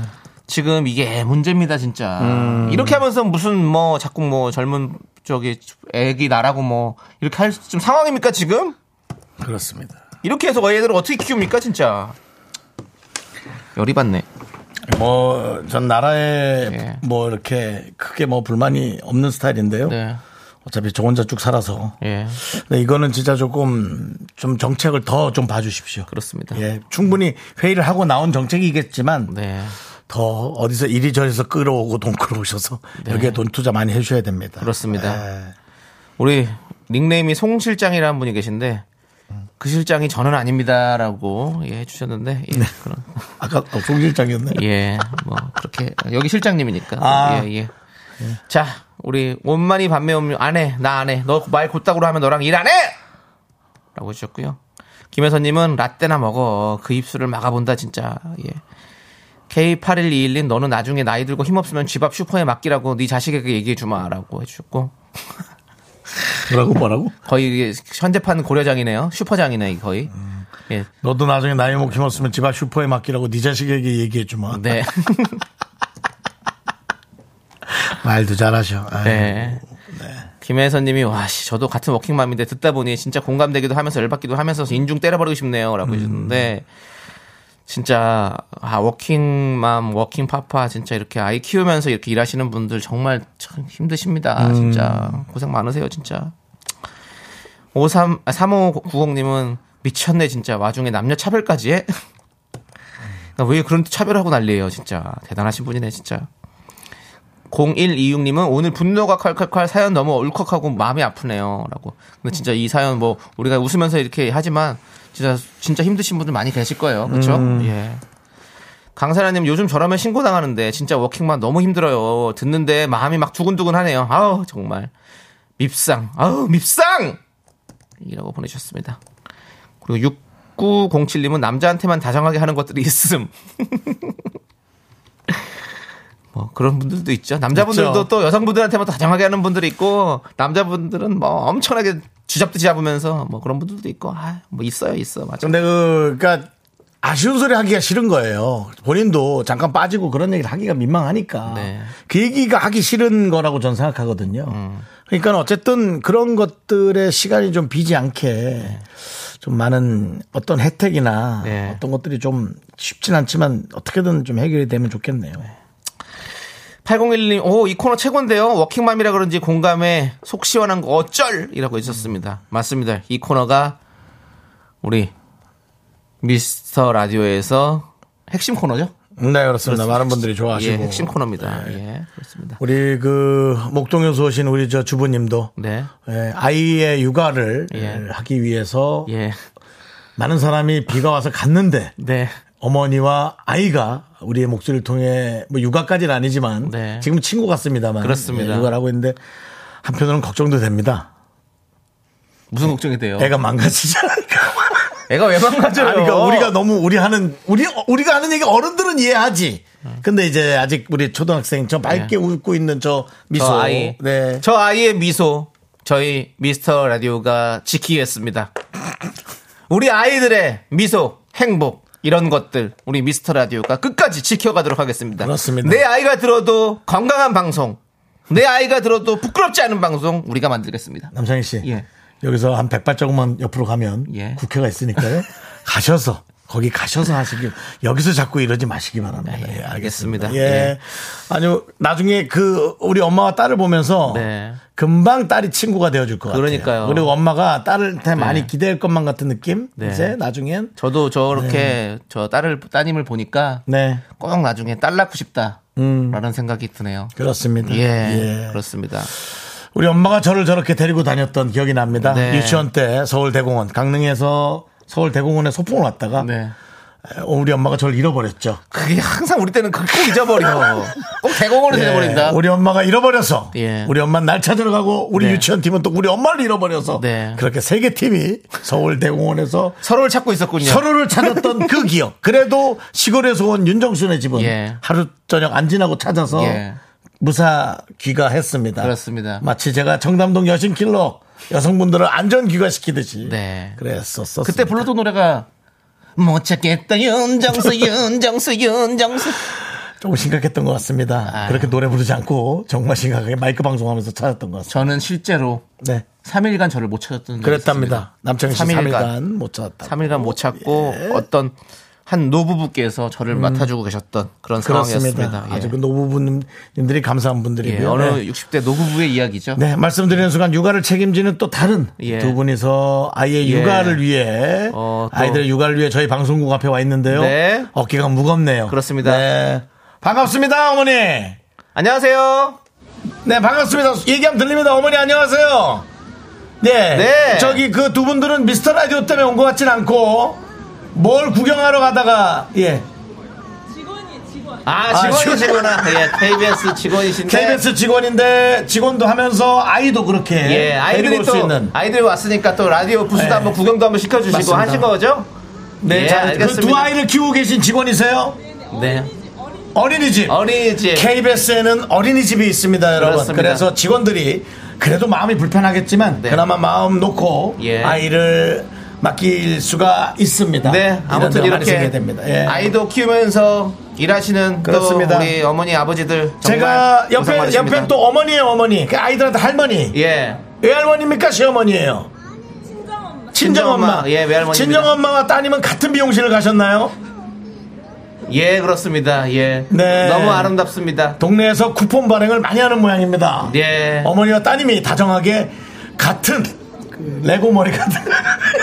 지금 이게 문제입니다 진짜. 음. 이렇게 하면서 무슨 뭐 자꾸 뭐 젊은 저기 애기 나라고 뭐 이렇게 할 좀 상황입니까 지금? 그렇습니다. 이렇게 해서 애들을 어떻게 키웁니까 진짜? 열이 받네. 뭐 전 나라에 예. 뭐 이렇게 크게 뭐 불만이 없는 스타일인데요. 네. 어차피 저 혼자 쭉 살아서. 예. 근데 이거는 진짜 조금 좀 정책을 더 좀 봐주십시오. 그렇습니다. 예, 충분히 회의를 하고 나온 정책이겠지만 네. 더 어디서 이리저리서 끌어오고 돈 끌어오셔서 여기에 돈 투자 많이 해주셔야 됩니다. 네. 그렇습니다. 예. 우리 닉네임이 송 실장이라는 분이 계신데 그 실장이 저는 아닙니다라고 예, 해주셨는데 예, 네. 그런 아까 어, 송 실장이었네. 요 예, 뭐 그렇게 여기 실장님이니까 아. 예, 예. 자, 우리 원만이 밤매 음료 안 해, 나 안 해. 너 말 곧다구로 하면 너랑 일 안 해. 라고 해주셨고요. 김혜선님은 라떼나 먹어. 그 입술을 막아본다 진짜. 예. K8121님 너는 나중에 나이 들고 힘없으면 집 앞 슈퍼에 맡기라고 네 자식에게 얘기해 주마라고 해주셨고 예. 뭐라고 뭐라고? 거의 이게 현대판 고려장이네요. 슈퍼장이네 거의. 예. 너도 나중에 나이 먹힘 없으면 집 앞 슈퍼에 맡기라고 네 자식에게 얘기해 주마. 네. 말도 잘하셔. 아유. 네. 김혜선님이 와씨 저도 같은 워킹맘인데 듣다 보니 진짜 공감되기도 하면서 열받기도 하면서 인중 때려버리고 싶네요라고 해주는데 진짜 아 워킹맘 워킹 파파 진짜 이렇게 아이 키우면서 이렇게 일하시는 분들 정말 참 힘드십니다 진짜 고생 많으세요 진짜 53 아, 3590님은 미쳤네 진짜 와중에 남녀 차별까지 해? 나왜 그런 차별하고 난리예요 진짜 대단하신 분이네 진짜 0126님은 오늘 분노가 칼칼칼 사연 너무 울컥하고 마음이 아프네요. 라고. 근데 진짜 이 사연 뭐 우리가 웃으면서 이렇게 하지만 진짜 진짜 힘드신 분들 많이 계실 거예요. 그렇죠? 예. 강사라님 요즘 저라면 신고 당하는데 진짜 워킹만 너무 힘들어요. 듣는데 마음이 막 두근두근하네요. 아우 정말 밉상. 아우 밉상. 이라고 보내셨습니다. 그리고 6907님은 남자한테만 다정하게 하는 것들이 있음. 뭐 그런 분들도 있죠. 남자분들도 있죠. 또 여성분들한테만 다정하게 하는 분들이 있고 남자분들은 뭐 엄청나게 쥐잡듯이 잡으면서 뭐 그런 분들도 있고 아 뭐 있어요 있어 맞아. 근데 그, 그니까, 아쉬운 소리 하기가 싫은 거예요. 본인도 잠깐 빠지고 그런 얘기를 하기가 민망하니까. 네. 그 얘기가 하기 싫은 거라고 저는 생각하거든요. 음. 그러니까 어쨌든 그런 것들의 시간이 좀 비지 않게 좀 많은 어떤 혜택이나 네. 어떤 것들이 좀 쉽진 않지만 어떻게든 좀 해결이 되면 좋겠네요. 음. 8011님, 오, 이 코너 최고인데요. 워킹맘이라 그런지 공감에 속 시원한 거 어쩔! 이라고 해주셨습니다. 맞습니다. 이 코너가 우리 미스터 라디오에서 핵심 코너죠? 네, 그렇습니다. 많은 분들이 좋아하시고. 네. 예, 핵심 코너입니다. 예, 그렇습니다. 우리 그 목동에서 오신 우리 저 주부님도 네. 예, 아이의 육아를 예. 하기 위해서 예. 많은 사람이 비가 와서 갔는데 네. 어머니와 아이가 우리의 목소리를 통해 뭐 육아까지는 아니지만 네. 지금 친구 같습니다만 그렇습니다. 예, 육아를 하고 있는데 한편으로는 걱정도 됩니다. 무슨 걱정이 돼요? 애가 망가지지 않을까. 애가 왜 망가져요? 아니, 그러니까 우리가 너무 우리 하는 우리 우리가 하는 얘기 어른들은 이해하지. 음. 근데 이제 아직 우리 초등학생 저 밝게 웃고 있는 저 미소 네. 저 아이. 네. 저 아이의 미소. 저희 미스터 라디오가 지키겠습니다. 우리 아이들의 미소, 행복, 이런 것들, 우리 미스터 라디오가 끝까지 지켜가도록 하겠습니다. 그렇습니다. 내 아이가 들어도 건강한 방송, 내 아이가 들어도 부끄럽지 않은 방송, 우리가 만들겠습니다. 남창희 씨. 예. 여기서 한 100발자국만 옆으로 가면 예. 국회가 있으니까요. 가셔서 거기 가셔서 하시길 여기서 자꾸 이러지 마시기 바랍니다. 예, 예, 알겠습니다. 알겠습니다. 예. 예. 아니요. 나중에 그 우리 엄마와 딸을 보면서 네. 금방 딸이 친구가 되어 줄것 같아요. 그러니까요. 네. 그리고 엄마가 딸한테 많이 기대할 것만 같은 느낌? 이제 나중엔 저도 저렇게 저 딸을, 따님을 보니까 네. 꼭 나중에 딸 낳고 싶다. 라는 생각이 드네요. 그렇습니다. 예, 음. 예. 그렇습니다. 우리 엄마가 저를 저렇게 데리고 다녔던 기억이 납니다. 네. 유치원 때 서울대공원, 강릉에서 서울대공원에 소풍을 왔다가 네. 어, 우리 엄마가 저를 잃어버렸죠. 그게 항상 우리 때는 그걸 꼭 잊어버려. 꼭 대공원을 예, 잊어버린다. 우리 엄마가 잃어버려서 예. 우리 엄마 날 찾으러 가고 우리 네. 유치원 팀은 또 우리 엄마를 잃어버려서 네. 그렇게 세 개 팀이 서울 대공원에서 서로를 찾고 있었군요. 서로를 찾았던 그 기억. 그래도 시골에서 온 윤정순의 집은 예. 하루 저녁 안 지나고 찾아서 예. 무사 귀가했습니다. 그렇습니다. 마치 제가 청담동 여신킬러 여성분들을 안전 귀가시키듯이 네. 그랬었어. 그때 불렀던 노래가 못 찾겠다 윤정수 윤정수 윤정수 조금 심각했던 것 같습니다. 아유. 그렇게 노래 부르지 않고 정말 심각하게 마이크 방송하면서 찾았던 것 같습니다. 저는 실제로 네. 3일간 저를 못 찾았던 적이 그랬답니다. 남창희 씨 3일간, 네, 3일간 예. 못 찾았다. 3일간 못 찾고 어떤 한 노부부께서 저를 맡아주고 계셨던 음. 그런 그렇습니다. 상황이었습니다. 예. 아주 그 노부부님들이 감사한 예, 분들이고요. 어느 네. 60대 노부부의 이야기죠. 네, 말씀드리는 순간 육아를 책임지는 또 다른 예. 두 분이서 아이의 예. 육아를 위해 어, 또- 아이들의 육아를 위해 저희 방송국 앞에 와 있는데요. 네. 어깨가 무겁네요. 그렇습니다. 네. 반갑습니다, 어머니. 안녕하세요. 네, 반갑습니다. 얘기하면 들립니다. 어머니 안녕하세요. 네. 네. 저기 그 두 분들은 미스터 라디오 때문에 온 것 같진 않고 뭘 구경하러 가다가 예. 아, 직원. 직원이시구나. 예, KBS 직원이신데. KBS 직원인데 직원도 하면서 아이도 그렇게 예, 아이들이 데리고 올수 또 있는 아이들이 왔으니까 또 라디오 부스도 네. 한번 구경도 한번 시켜주시고 맞습니다. 하신 거죠? 네, 예, 자, 그 알겠습니다. 두 아이를 키우고 계신 직원이세요? 네. 어린이집. 어린이집. 예. KBS에는 어린이집이 있습니다, 여러분. 그렇습니다. 그래서 직원들이 그래도 마음이 불편하겠지만 네. 그나마 마음 놓고 예. 아이를 맡길 수가 있습니다. 네, 아무튼 이런 데가 이렇게 많이 생겨야 됩니다. 예. 아이도 키우면서 일하시는 그렇습니다. 또 우리 어머니 아버지들 정말 제가 고생 옆에 많으십니다. 옆에 또 어머니예요, 어머니. 그 아이들한테 할머니. 예. 외할머니입니까, 시어머니예요? 친정엄마. 친정엄마. 예, 외할머니입니다. 친정엄마와 따님은 같은 미용실을 가셨나요? 예, 그렇습니다. 예. 네. 너무 아름답습니다. 동네에서 쿠폰 발행을 많이 하는 모양입니다. 예. 어머니와 따님이 다정하게 같은 그 레고 머리 같은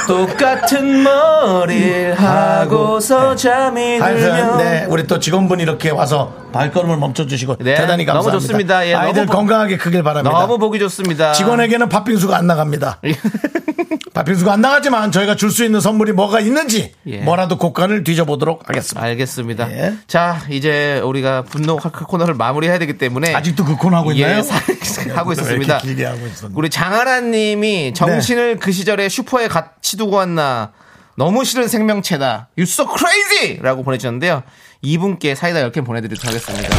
똑같은 머리를 하고서 잠이 하여튼 들면 네, 우리 또 직원분이 이렇게 와서 발걸음을 멈춰주시고 네, 대단히 너무 감사합니다. 좋습니다. 예, 아이들 너무 보- 건강하게 크길 바랍니다. 너무 보기 좋습니다. 직원에게는 팥빙수가 안 나갑니다. 팥빙수가 안 나가지만 저희가 줄 수 있는 선물이 뭐가 있는지 예. 뭐라도 곡간을 뒤져보도록 하겠습니다. 알겠습니다. 예. 자, 이제 우리가 분노 칼칼 코너를 마무리해야 되기 때문에 아직도 그 코너 하고 있나요? 예, 사- 하고 왜 있었습니다. 이렇게 길게 하고 있었나? 네. 우리 장하라님이 정신을 그 시절에 슈퍼에 같이 두고 왔나 너무 싫은 생명체다. You so crazy라고 보내주셨는데요. 이분께 사이다 10캔 보내드리도록 하겠습니다.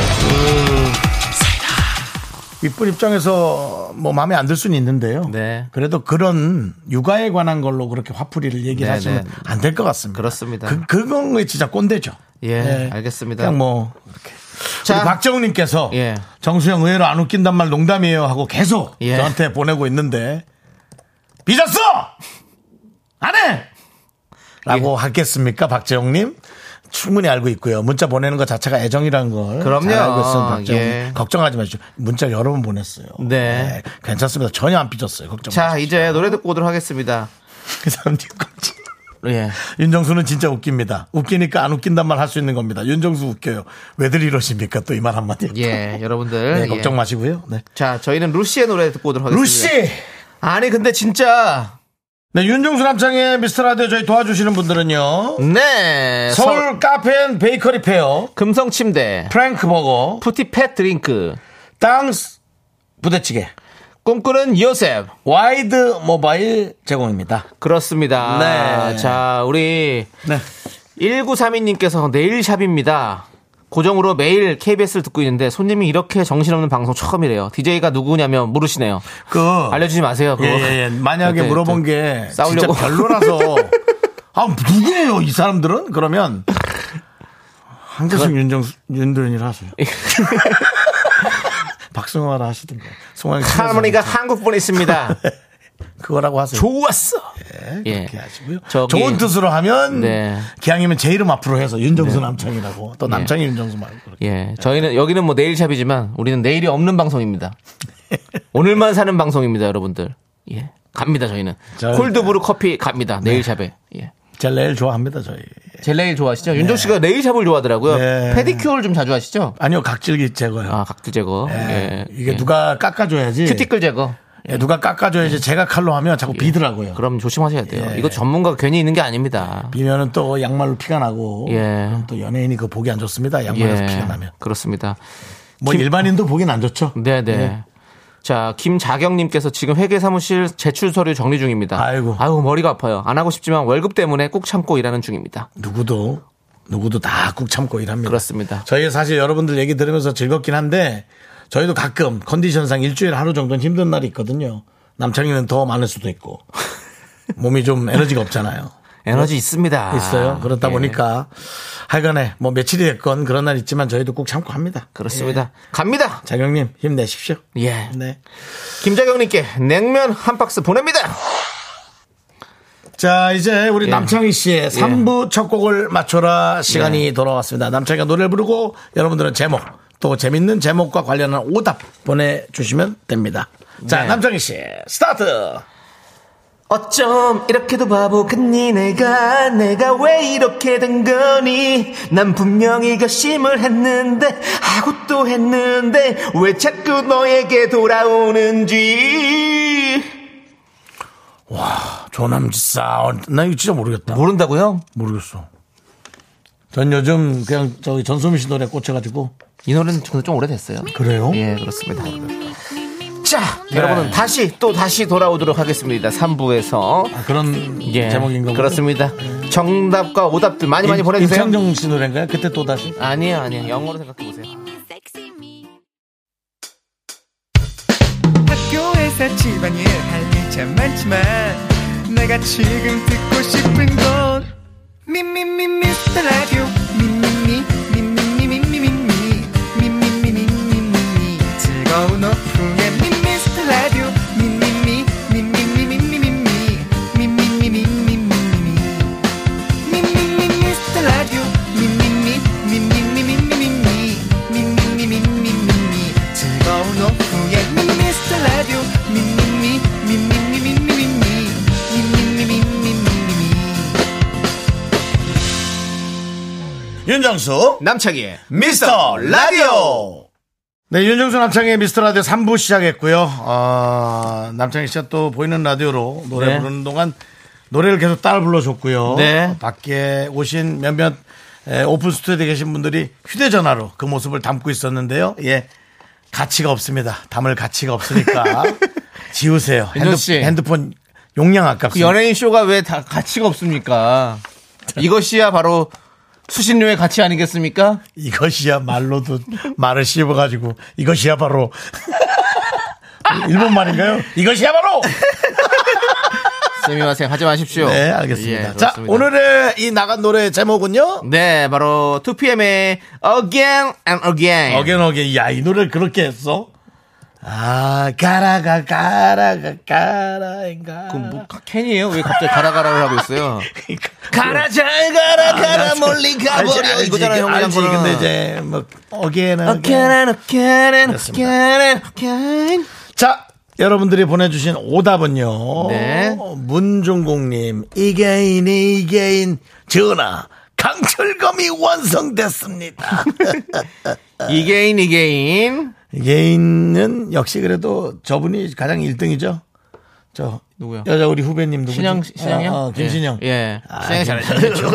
윗분 입장에서 뭐 마음에 안 들 수는 있는데요. 네. 그래도 그런 육아에 관한 걸로 그렇게 화풀이를 얘기를 네, 하시면 네. 안 될 것 같습니다. 그렇습니다. 그, 그건 왜 진짜 꼰대죠. 예, 알겠습니다. 그냥 뭐 이렇게. 자. 우리 박정우님께서 예. 정수영 의외로 안 웃긴단 말 농담이에요 하고 계속 예. 저한테 보내고 있는데 빚었어 안 해. 라고 예. 하겠습니까, 박재홍님? 충분히 알고 있고요. 문자 보내는 것 자체가 애정이라는 걸. 그럼요. 잘 알고 있으면 박재홍 예. 걱정하지 마십시오. 문자 여러 번 보냈어요. 네. 괜찮습니다. 전혀 안 삐졌어요. 걱정 자, 이제 노래 듣고 오도록 하겠습니다. 마십시오. 그 사람 뒤꿈치. 예. 윤정수는 진짜 웃깁니다. 웃기니까 안 웃긴단 말 할 수 있는 겁니다. 윤정수 웃겨요. 왜들 이러십니까? 또 이 말 한마디. 예, 여러분들. 네, 걱정 예. 마시고요. 네. 자, 저희는 루시의 노래 듣고 오도록 하겠습니다. 루씨! 아니, 근데 진짜. 네, 윤정수 남창의 미스터 라디오 저희 도와주시는 분들은요. 네. 서울, 서울 카페앤 베이커리 페어, 금성 침대. 프랭크 버거, 푸티팻 드링크. 땅스 부대찌개. 꿈꾸는 요셉. 와이드 모바일 제공입니다. 그렇습니다. 네. 자, 우리 네. 1932님께서 내일샵입니다. 고정으로 매일 KBS를 듣고 있는데 손님이 이렇게 정신없는 방송 처음이래요. DJ가 누구냐면 물으시네요. 그 알려주지 마세요. 예, 그거. 예, 예. 만약에 네, 물어본 네. 게 진짜 싸우려고. 별로라서 아 누구예요 이 사람들은 그러면 한계성 윤정수 윤도현이라 하세요. 박승화라 하시던가 송환 할머니가 한국 분이십니다. 그거라고 하세요. 네, 좋았어. 예. 그렇게 하시고요. 저기- 좋은 뜻으로 하면 네. 기왕이면 제 이름 앞으로 해서 윤정수 남창이라고 또 남창이 윤정수 말고 그렇게. 예. 저희는 여기는 뭐 내일샵이지만 우리는 내일이 없는 방송입니다. 오늘만 사는 방송입니다, 여러분들. 예. 갑니다, 저희는. 저- 콜드브루 커피 갑니다. 네. 내일샵에. 예. 제 레일 좋아합니다 저희. 젤 레일 좋아하시죠? 윤종 씨가 레일샵을 좋아하더라고요. 네. 페디큐어를 좀 자주 하시죠? 아니요 각질기 제거요. 아, 각질 제거. 예. 예. 이게 예. 누가 깎아줘야지. 큐티클 제거. 예, 누가 깎아줘야지 제가 칼로 하면 자꾸 비더라고요. 그럼 조심하셔야 돼요. 예. 이거 전문가가 괜히 있는 게 아닙니다. 비면은 또 양말로 피가 나고 예. 그럼 또 연예인이 그 보기 안 좋습니다. 양말에서 피가 나면 그렇습니다. 뭐 김- 일반인도 보긴 안 좋죠. 네, 네. 예. 자, 김자경님께서 지금 회계 사무실 제출 서류 정리 중입니다. 아이고. 아유, 머리가 아파요. 안 하고 싶지만 월급 때문에 꾹 참고 일하는 중입니다. 누구도 누구도 다 꾹 참고 일합니다. 그렇습니다. 저희 사실 여러분들 얘기 들으면서 즐겁긴 한데 저희도 가끔 컨디션상 일주일 하루 정도는 힘든 날이 있거든요. 남창이는 더 많을 수도 있고 몸이 좀 에너지가 없잖아요. 에너지 있습니다. 있어요. 그렇다 예. 보니까 하여간에 뭐 며칠이 됐건 그런 날 있지만 저희도 꾹 참고 합니다. 그렇습니다. 갑니다. 장영님 힘내십시오. 예. 예. 네. 김자경님께 냉면 한 박스 보냅니다. 자 이제 우리 예. 예. 남창희 씨의 3부 첫 곡을 맞춰라 시간이 돌아왔습니다. 남창희가 노래를 부르고 여러분들은 제목 또 재밌는 제목과 관련한 오답 보내주시면 됩니다. 자 네. 남창희 씨 스타트. 어쩜 이렇게도 바보 같니 내가 내가 왜 이렇게 된 거니 난 분명히 결심을 했는데 하고 또 했는데 왜 자꾸 너에게 돌아오는지 조남지 싸운 나 이거 진짜 모르겠다. 모른다고요? 모르겠어. 전 요즘 그냥 저기 전소민 씨 노래 꽂혀가지고 이 노래는 저는 좀 오래됐어요. 그래요? 예 그렇습니다. 자 여러분은 다시 또 다시 돌아오도록 하겠습니다. 3부에서 아, 그런 예, 네. 제목인가 보죠. 그렇습니다. 정답과 오답들 많이 많이 임- 보내주세요. 임창정 씨 노래인가요? 그때 또 다시. 아니에요 아니에요 영어로 생각해 보세요. 학교에서 집안일 할 일 참 많지만 내가 지금 듣고 싶은 건 미미미 미스터 라디오 미미미 미미미 미미미 미미미 미미미 즐거운 오후에 미스터 라디오 미미미 미미미 미미미 미미미 미미미 미미미 미스터 라디오 미미미 미미미 미미미 미미미 미미미 즐거운 오후에 미스터 라디오 미미미 미미미 미미미 미미미 미미미 윤정수 남창희의 미스터 라디오. 네, 윤정수 남창의 미스터 라디오 3부 시작했고요. 아, 남창희 씨가 또 보이는 라디오로 노래 네. 부르는 동안 노래를 계속 따라 불러줬고요. 어, 네. 밖에 오신 몇몇 에, 오픈 스튜디오에 계신 분들이 휴대전화로 그 모습을 담고 있었는데요. 예. 가치가 없습니다. 담을 가치가 없으니까 지우세요. 윤정 씨. 핸드, 폰 용량 아깝습니다. 그 연예인 쇼가 왜 다 가치가 없습니까? 이것이야 바로 수신료의 가치 아니겠습니까? 이것이야 말로도 말을 씹어가지고 이것이야 바로 일본 말인가요? 이것이야 바로. 스미마셍 하지 마십시오. 네 알겠습니다. 예, 자 그렇습니다. 오늘의 이 나간 노래 제목은요. 네 바로 2PM의 Again and Again. 어겐 어겐 야이 노래를 그렇게 했어? 아 가라가 가라가 가라인가. 그 뭐, 캔이에요? 왜 갑자기 가라가라를 하고 있어요? 그러니까. 가라 잘 가라 가라 멀리 가버려. 이거잖아, 형이 아, 알지. 한 거는. 근데 이제 뭐 어겐 Again 어겐. and Again and 됐습니다. Again and Again. 자 여러분들이 보내주신 오답은요. 네. 문종공님 이계인 이계인 전하 강철검이 완성됐습니다. 네. 이게인 이게인 이계인은 역시 그래도 저분이 가장 1등이죠. 저 누구요? 여자 우리 후배님 누구죠? 신영 신영이요? 어, 어, 김신영. 예. 예. 아, 신영이 잘하셨죠.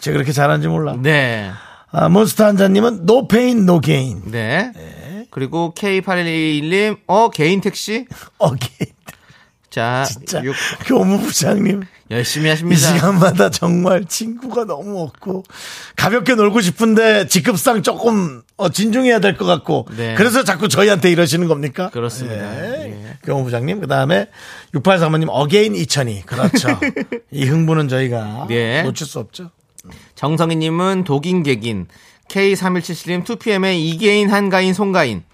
제가 그렇게 잘하는지 몰라. 네. 아, 몬스터 한자님은 노 페인 노 게인. 네. 그리고 K8121님, 어, 개인 택시? 어게인. 자, 진짜 육- 교무부장님 열심히 이 하십니다. 시간마다 정말 친구가 너무 없고 가볍게 놀고 싶은데 직급상 조금 어, 진중해야 될 것 같고 네. 그래서 자꾸 저희한테 이러시는 겁니까? 그렇습니다. 예. 경호부장님 그다음에 6835님 어게인 2002 그렇죠. 이 흥분은 저희가 네. 놓칠 수 없죠. 정성희님은 독인객인, K3177님 2PM의 이계인, 한가인, 송가인,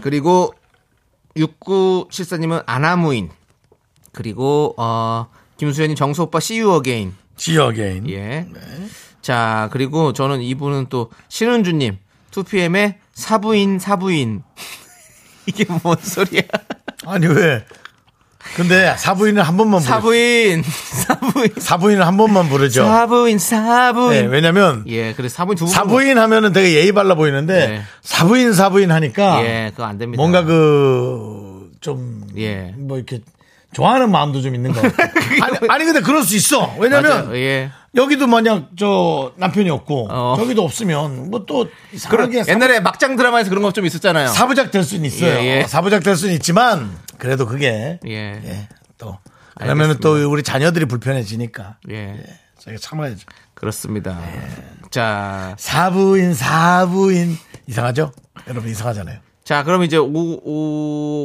그리고 6974님은 아나무인, 그리고, 어, 김수현님 정수오빠 CU어게인, 지 어게인. 예. 자, 그리고 저는 이분은 또 신은주님, 2PM의 사부인, 사부인. 이게 뭔 소리야? 아니 왜? 근데 사부인을 한 번만 부르 사부인, 사부인. 사부인을 한 번만 부르죠. 사부인 사부인 네, 왜냐면 예 그래서 사부인 두 분. 사부인 하면은 되게 예의 발라 보이는데 네. 사부인 사부인 하니까 예 그거 안 됩니다 뭔가 그 좀, 예. 뭐 이렇게 좋아하는 마음도 좀 있는 거 같아요. 아니, 아니, 근데 그럴 수 있어. 왜냐면 맞아요. 예. 여기도 만약 저 남편이 없고 어. 저기도 없으면 뭐 또 그런 이상하게 사부- 옛날에 막장 드라마에서 그런 거 좀 있었잖아요. 사부작 될 수는 있어요. 예, 예. 사부작 될 수는 있지만 그래도 그게 예. 예, 또 그러면 또 알겠습니다. 우리 자녀들이 불편해지니까 예. 저희가 참아야죠. 그렇습니다. 예. 자, 사부인 사부인 이상하죠? 여러분 이상하잖아요. 자, 그럼 이제 오,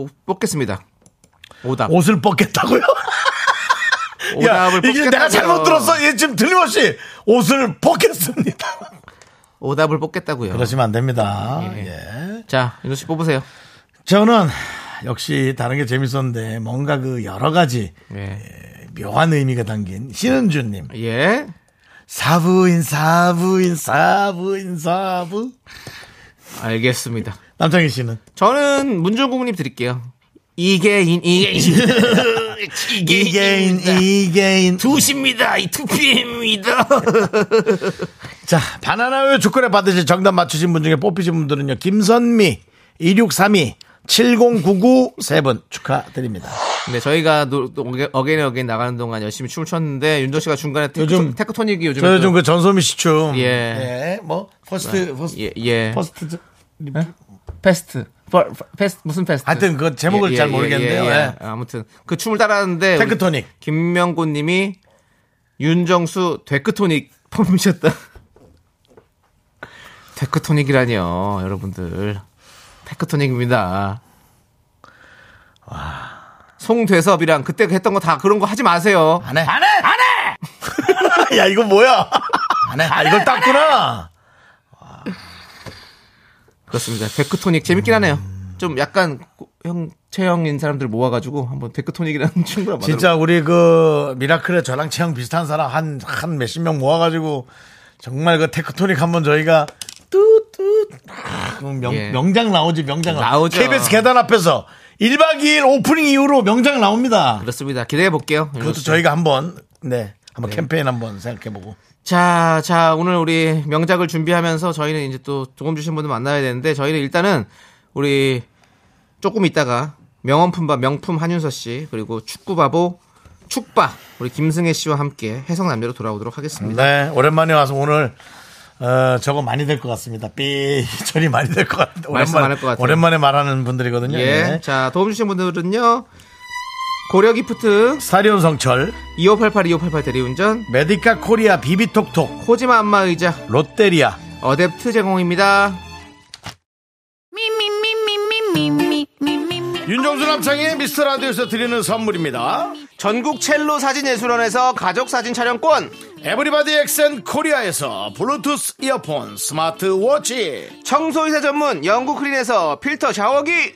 오, 뽑겠습니다. 오답. 옷을 벗겠다고요? 야, 오답을 이게 내가 뽑겠다고요. 잘못 들었어. 얘 지금 틀림없이 옷을 벗겠습니다. 오답을 뽑겠다고요. 그러시면 안 됩니다. 예. 예. 자, 윤호 씨 뽑으세요. 저는 역시 다른 게 재밌었는데 뭔가 그 여러 가지 예. 묘한 의미가 담긴 신은주님 예. 사부인 사부인 사부인 사부 알겠습니다. 남창희 씨는 저는 문종국님 드릴게요. 이게인, 이게인. 이게인 이게인 두십니다. 이 투피입니다. 자 바나나우유 초콜릿 받으실 정답 맞추신 분 중에 뽑히신 분들은요 김선미 2632 7099 세 분 축하드립니다 네, 저희가 노- 노- 어게- 어게인 어게인 나가는 동안 열심히 춤을 췄는데 윤정 씨가 중간에 테크, 요즘- 테크토닉이 요즘 저 요즘 그 전소미 씨춤 예. 뭐 퍼스트 퍼스트 예, 예. 퍼스트 저- 페스트. 퍼- 퍼- 페스트 무슨 페스트? 하여튼 그 예, 제목을 잘 모르겠는데요. 예. 아무튼 그 춤을 따라하는데 테크토닉. 우리 김명고 님이 윤정수 테크토닉 펌미셨다. 테크토닉이라니요, 여러분들. 테크토닉입니다. 송대섭이랑 그때 했던 거 다 그런 거 하지 마세요. 안해 안해 안해 야 이거 뭐야 안해 아 이걸 땄구나 그렇습니다. 데크토닉 재밌긴 하네요. 음. 좀 약간 고- 형 체형인 사람들 모아가지고 한번 데크토닉이라는 친구랑 진짜 우리 그 미라클의 저랑 체형 비슷한 사람 한 한 몇십 명 모아가지고 정말 그 테크토닉 한번 저희가 뚜뚜 아, 그럼 명, 예. 명장 나오지 명장 나오죠. KBS 계단 앞에서 1박 2일 오프닝 이후로 명장 나옵니다. 그렇습니다. 기대해 볼게요. 그것도 저희가 한번 네 예. 한번 캠페인 한번 생각해보고 자, 자 오늘 우리 명작을 준비하면서 저희는 이제 또 도움 주신 분들 만나야 되는데 저희는 일단은 우리 조금 있다가 명언품바 명품 한윤서 씨 그리고 축구바보 축바 우리 김승혜 씨와 함께 해성 남녀로 돌아오도록 하겠습니다. 네 오랜만에 와서 오늘 어, 저거 많이 될 것 같습니다. 삐 처리 많이 될 것 같아요. 말씀 많을 것 같아요. 오랜만에 말하는 분들이거든요. 예, 예. 자 도움 주신 분들은요 고려기프트 스타리온 성철 2588 2588 대리운전 메디카 코리아 비비톡톡 코지마 안마 의자 롯데리아 어댑트 제공입니다. 윤정수 남창의 미스터 라디오에서 드리는 선물입니다. 전국 첼로 사진 예술원에서 가족 사진 촬영권, 에브리바디 엑센 코리아에서 블루투스 이어폰, 스마트 워치, 청소이사 전문 영국 크린에서 필터 샤워기,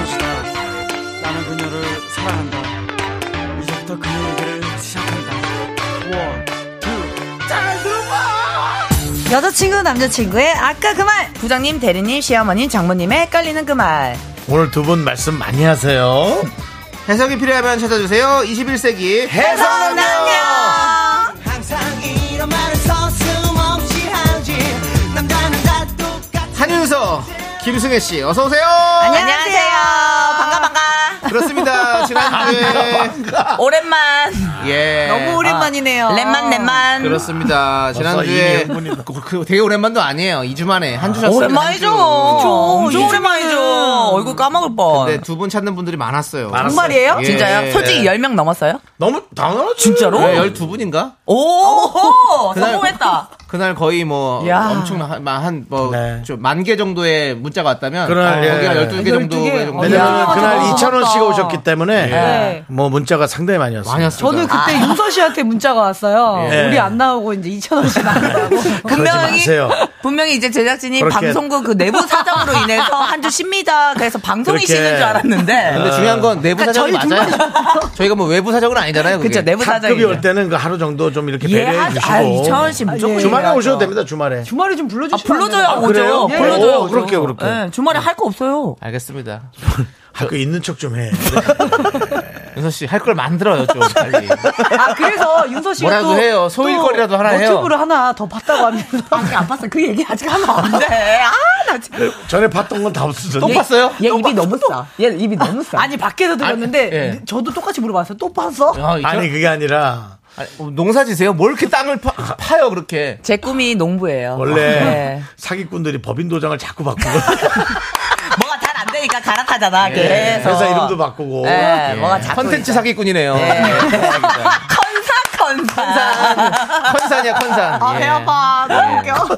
나는 그녀를 사랑한다. 이제부터 그 얘기를 시작한다. 원, 투, 잘 들어봐! 여자친구 남자친구의 아까 그 말 부장님 대리님 시어머니 장모님의 헷갈리는 그말 오늘 두 분 말씀 많이 하세요. 해석이 필요하면 찾아주세요. 21세기 해성남녀 한윤서 김승혜 씨 어서 오세요. 안녕하세요 반가 반가 그렇습니다. 아, 지난주에 오랜만 예 너무 오랜만이네요 렛만 렛만 그렇습니다. 지난주에 벌써 이미 몇 분이다. 그- 그 되게 오랜만도 아니에요. 2주 만에 한 주셨어요. 오랜만이죠 엄청 오랜만이죠 얼굴 까먹을 뻔 네, 두 분 찾는 분들이 많았어요. 많았어요. 정말이에요? 예. 진짜요? 솔직히 예. 10명 넘었어요? 너무 당연하지. 진짜로? 네, 12분인가? 오! 그날- 성공했다. 그날 거의 뭐 야. 엄청난 네. 한뭐좀만 개 정도의 문자가 왔다면 그날, 어, 예. 거기가 12개 12개. 정도 어, 왜냐면 야, 그날 너무 이찬원 좋다. 씨가 오셨기 때문에 네. 뭐 문자가 상당히 많이 왔어요. 많이 왔습니다. 저는 그때 윤서 씨한테 문자가 왔어요. 예. 우리 안 나오고 이제 2천 원씩 나온다고. 그러지 마세요. 분명히 이제 제작진이 그렇게- 방송국 그 내부 사정으로 인해서 한 주 쉽니다. 그래서 방송이 그렇게- 아, 쉬는 줄 알았는데. 아, 근데 중요한 건 내부 그러니까 사정이 저희 네. 맞아요. 저희가 뭐 외부 사정은 아니잖아요. 그게. 그죠 내부 학급이 사정이. 올 때는 그 하루 정도 좀 이렇게 예, 배려해 하- 주시고. 아, 이찬원 씨 무조건 주말에 얘기하죠. 오셔도 됩니다. 주말에. 주말에 좀 아, 불러주시면 불러줘요. 안 되나요? 오죠. 그래요? 불러줘요. 오, 오죠. 그렇게, 그렇게. 예, 주말에 할 거 없어요. 알겠습니다. 아, 그 학교 있는 척 좀 해. 윤서 씨 할 걸 만들어요 좀 빨리. 아, 그래서 윤서 씨가 뭐라도 또- 해요. 소일거리라도 또 하나 해요. 너튜브를 하나 더 봤다고 합니다. 아직 안 봤어요. 그 얘기 아직 하나 안 돼. 아, 나 진짜. 전에 봤던 건 다 없어졌네. 봤어요? 얘 입이 너무 싸. 얘 입이 너무 싸. 아니 밖에서 들었는데 예. 저도 똑같이 물어봤어요. 또 봤어? 아, 이죠? 아니 그게 아니라 아니, 뭐 농사지세요? 뭘 이렇게 땅을 파, 요 그렇게? 제 꿈이 농부예요. 원래 네. 사기꾼들이 법인 도장을 자꾸 바꾸거든. 뭐가 잘 안 되니까 갈아타잖아. 예. 그래서 회사 이름도 바꾸고. 예, 뭐가 자꾸 컨텐츠 이제- 사기꾼이네요. 아, 컨사 컨사. 컨산이야 컨산. 아, 예. 배 아파. 너무 웃겨.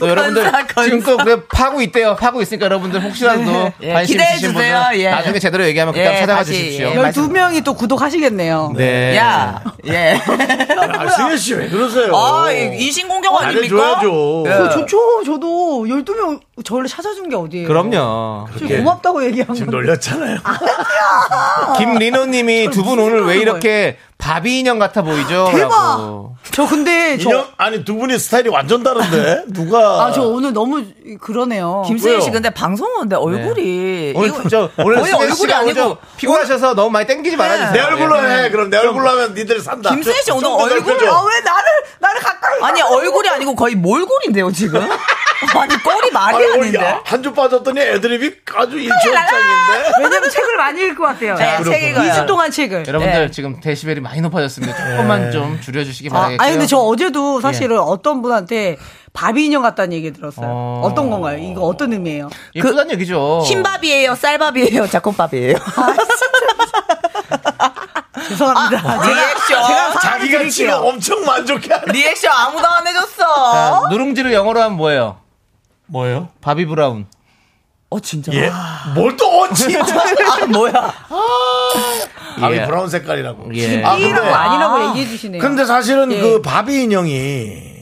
또 여러분들 컨사, 컨사. 지금 또 그래 파고 있대요. 파고 있으니까 여러분들 혹시라도 예, 관심 기대해 있으신 주세요. 분은 예. 나중에 제대로 얘기하면 그때 예, 찾아가 다시, 주십시오. 예. 12명이 또 구독하시겠네요. 네. 어. 야, 예. 아, 승현 씨 왜 그러세요? 아, 이- 인신공격 아닙니까? 네. 잘해줘야죠. 어, 그 저 좋죠. 저도 12명 저를 찾아준 게 어디예요. 그럼요. 저 고맙다고 얘기한 지금 건 놀렸잖아요. 김리노님이 두 분 오늘 왜 이렇게 바비 인형 같아 보이죠? 대박. 라고. 저 근데 인형? 저, 아니 두 분이 스타일이 완전 다른데 누가? 아, 저 오늘 너무 그러네요. 네. 김승희 씨 왜요? 근데 방송은 내 얼굴이 오늘 이거- 저 오늘 거의 승혜 얼굴이 씨가 오늘 좀 아니고 피곤하셔서 너무 많이 땡기지 말아주세요. 예. 내 네, 얼굴로 해. 그럼 내 얼굴로 하면 니들 산다. 네. 김승희 씨 오늘 좀더 얼굴 넓혀줘. 아왜 나를 나를 가까이 아니 얼굴이 아니고 거의 몰골인데요 지금 아니 꼴이 말이 아니, 오늘 아닌데 한 주 빠졌더니 애드립이 아주 일치원장인데. 왜냐면 책을 많이 읽을 것 같아요. 네, 책 읽어요. 2주 동안 책을. 여러분들 네. 지금 데시벨이 많이 높아졌습니다. 네. 조금만 좀 줄여주시기 아, 바라겠고요. 아니 근데 저 어제도 사실은 어떤 분한테 바비 인형 같다는 얘기 들었어요. 어. 어... 떤 건가요? 이거 어떤 의미예요? 예쁘단 얘기죠. 흰밥이에요 쌀밥이에요 자콘밥이에요 아, 죄송합니다. 아, 리액션 자기가 지금 엄청 만족해. 리액션 아무도 안 자, 해줬어 누룽지를 영어로 하면 뭐예요? 뭐예요? 바비 브라운. 어 진짜 예. 뭘또 어찌? 아 뭐야 아, 예. 이 브라운 색깔이라고. 예. 아, 이라고 근데, 아니라고 얘기해 주시네요. 근데 사실은 예. 그 바비 인형이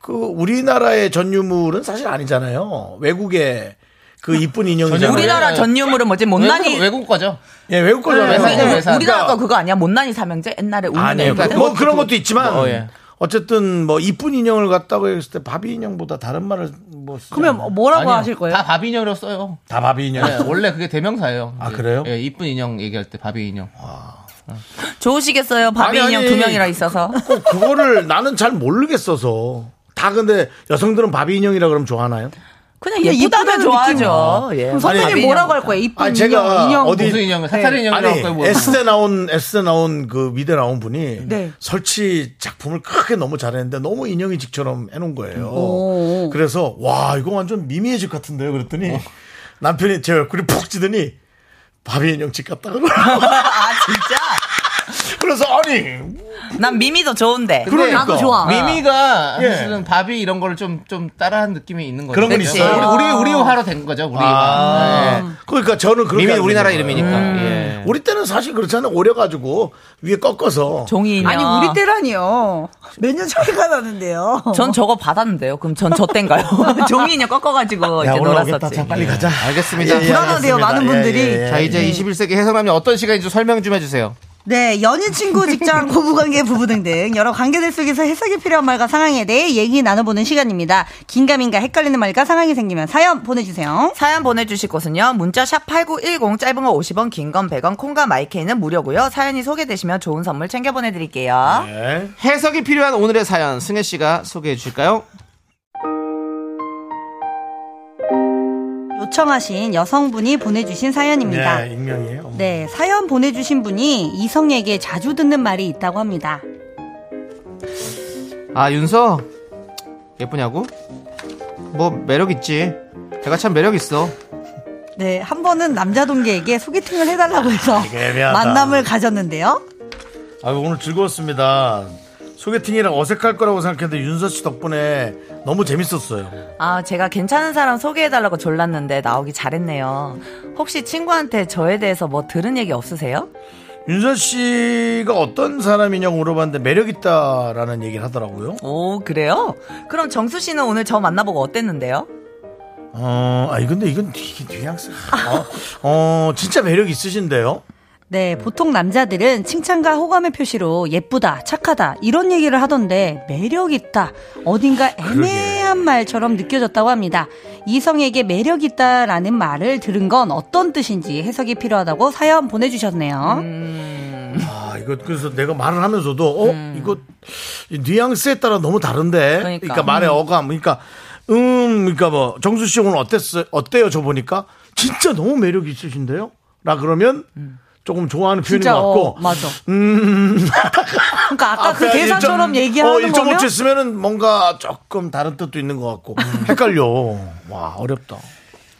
그 우리나라의 전유물은 사실 아니잖아요. 외국의 그 이쁜 인형이잖아요. 우리나라 전유물은 뭐지 못난이 외국, 외국 거죠. 예, 외국 거잖아요. 외국, 외국, 외국. 우리나라 거 그거 아니야 못난이 삼형제 옛날에 우는 아니에요. 애거든? 뭐 그런 것도 있지만 뭐, 예. 어쨌든 뭐 이쁜 인형을 갖다고 했을 때 바비 인형보다 다른 말을 뭐 쓰지 않나요? 그러면 뭐라고 아니요. 하실 거예요? 다 바비 인형이라고 써요. 다 바비 인형. 네, 원래 그게 대명사예요. 아, 그래요? 예, 이쁜 인형 얘기할 때 바비 인형. 좋으시겠어요 바비 아니, 인형 아니. 두 명이라 있어서 꼭 그거를 나는 잘 모르겠어서 다 근데 여성들은 바비 인형이라 그러면 좋아하나요? 그냥 예쁘다면 좋아하죠 예. 그럼 선배님 바비 뭐라고 인형. 할 거예요? 이쁜 아니, 인형, 제가 인형. 뭐. 어디- 무슨 인형? 사찰 인형이라고 아니 할까요? 뭐. S대 나온 S대 나온 그 미대 나온 분이 네. 설치 작품을 크게 너무 잘했는데 너무 인형이 직처럼 해놓은 거예요. 오. 그래서 와 이거 완전 미미의 집 같은데요. 그랬더니 남편이 제 얼굴이 푹 찌더니 바비 인형 집 같다 그러고 아 진짜 그래서 아니 난 미미 더 좋은데. 그러니까. 나도 좋아. 미미가 예. 사실은 바비 이런 거를 좀, 좀 따라한 느낌이 있는 거죠. 그런 건 그렇죠. 있어요? 우리, 우리, 우리화로 된 거죠. 우리화. 아, 네. 그러니까 저는 그렇게 미미 알고 우리나라 있는 거예요. 음. 이름이니까. 예. 우리 때는 사실 그렇잖아요. 오려가지고 위에 꺾어서 종이 인형. 아니 우리 때라니요. 몇 년 차이가 나는데요. 전 저거 받았는데요. 그럼 전 저 땐가요? 종이 인형 꺾어가지고 야 이제 올라오겠다. 자 놀았었지. 빨리 가자. 예, 알겠습니다. 불안하대요, 많은 분들이. 자, 네. 이제 21세기 해성남이 어떤 시간인지 설명 좀 해주세요. 네, 연인, 친구, 직장, 고부관계, 부부 등등 여러 관계들 속에서 해석이 필요한 말과 상황에 대해 얘기 나눠보는 시간입니다. 긴가민가 헷갈리는 말과 상황이 생기면 사연 보내주세요. 사연 보내주실 곳은요. 문자 샵 8910 짧은 거 50원 긴 건 100원 콩과 마이케이는 무료고요. 사연이 소개되시면 좋은 선물 네. 챙겨 어? 보내드릴게요. 해석이 필요한 오늘의 사연, 승혜 씨가 소개해 주실까요? 요청하신 여성분이 보내주신 사연입니다. 네, 익명이에요. 어머. 네, 사연 보내주신 분이 이성에게 자주 듣는 말이 있다고 합니다. 아, 윤서. 예쁘냐고? 뭐, 매력 있지. 내가 참 매력 있어. 네, 한 번은 남자 동기에게 소개팅을 해달라고 해서 이게 애매하다. 만남을 가졌는데요. 아 오늘 즐거웠습니다. 소개팅이라 어색할 거라고 생각했는데 윤서 씨 덕분에 너무 재밌었어요. 아, 제가 괜찮은 사람 소개해달라고 졸랐는데 나오기 잘했네요. 혹시 친구한테 저에 대해서 뭐 들은 얘기 없으세요? 윤서 씨가 어떤 사람이냐고 물어봤는데 매력 있다라는 얘기를 하더라고요. 오, 그래요? 그럼 정수 씨는 오늘 저 만나보고 어땠는데요? 어, 아니 근데 이건 이게 뉘앙스. 어, 어, 진짜 매력 있으신데요. 네, 보통 남자들은 칭찬과 호감의 표시로 예쁘다, 착하다, 이런 얘기를 하던데 매력 있다, 어딘가 애매한 말처럼 느껴졌다고 합니다. 이성에게 매력 있다라는 말을 들은 건 어떤 뜻인지 해석이 필요하다고 사연 보내주셨네요. 아, 이거 그래서 내가 말을 하면서도 어, 음. 이거 이 뉘앙스에 따라 너무 다른데. 그러니까, 말의 어감. 그러니까 음, 그러니까 뭐 정수 씨 오늘 어땠어요? 어때요? 저 보니까 진짜 너무 매력 있으신데요. 라 그러면 조금 좋아하는 표현인 음. 진짜, 것 같고. 어, 맞아. 음. 그러니까 아까 그 앞에 대사처럼 1.5 얘기하는 어, 거면 1.5치 쓰면은 뭔가 조금 다른 뜻도 있는 것 같고 음. 헷갈려. 와 어렵다.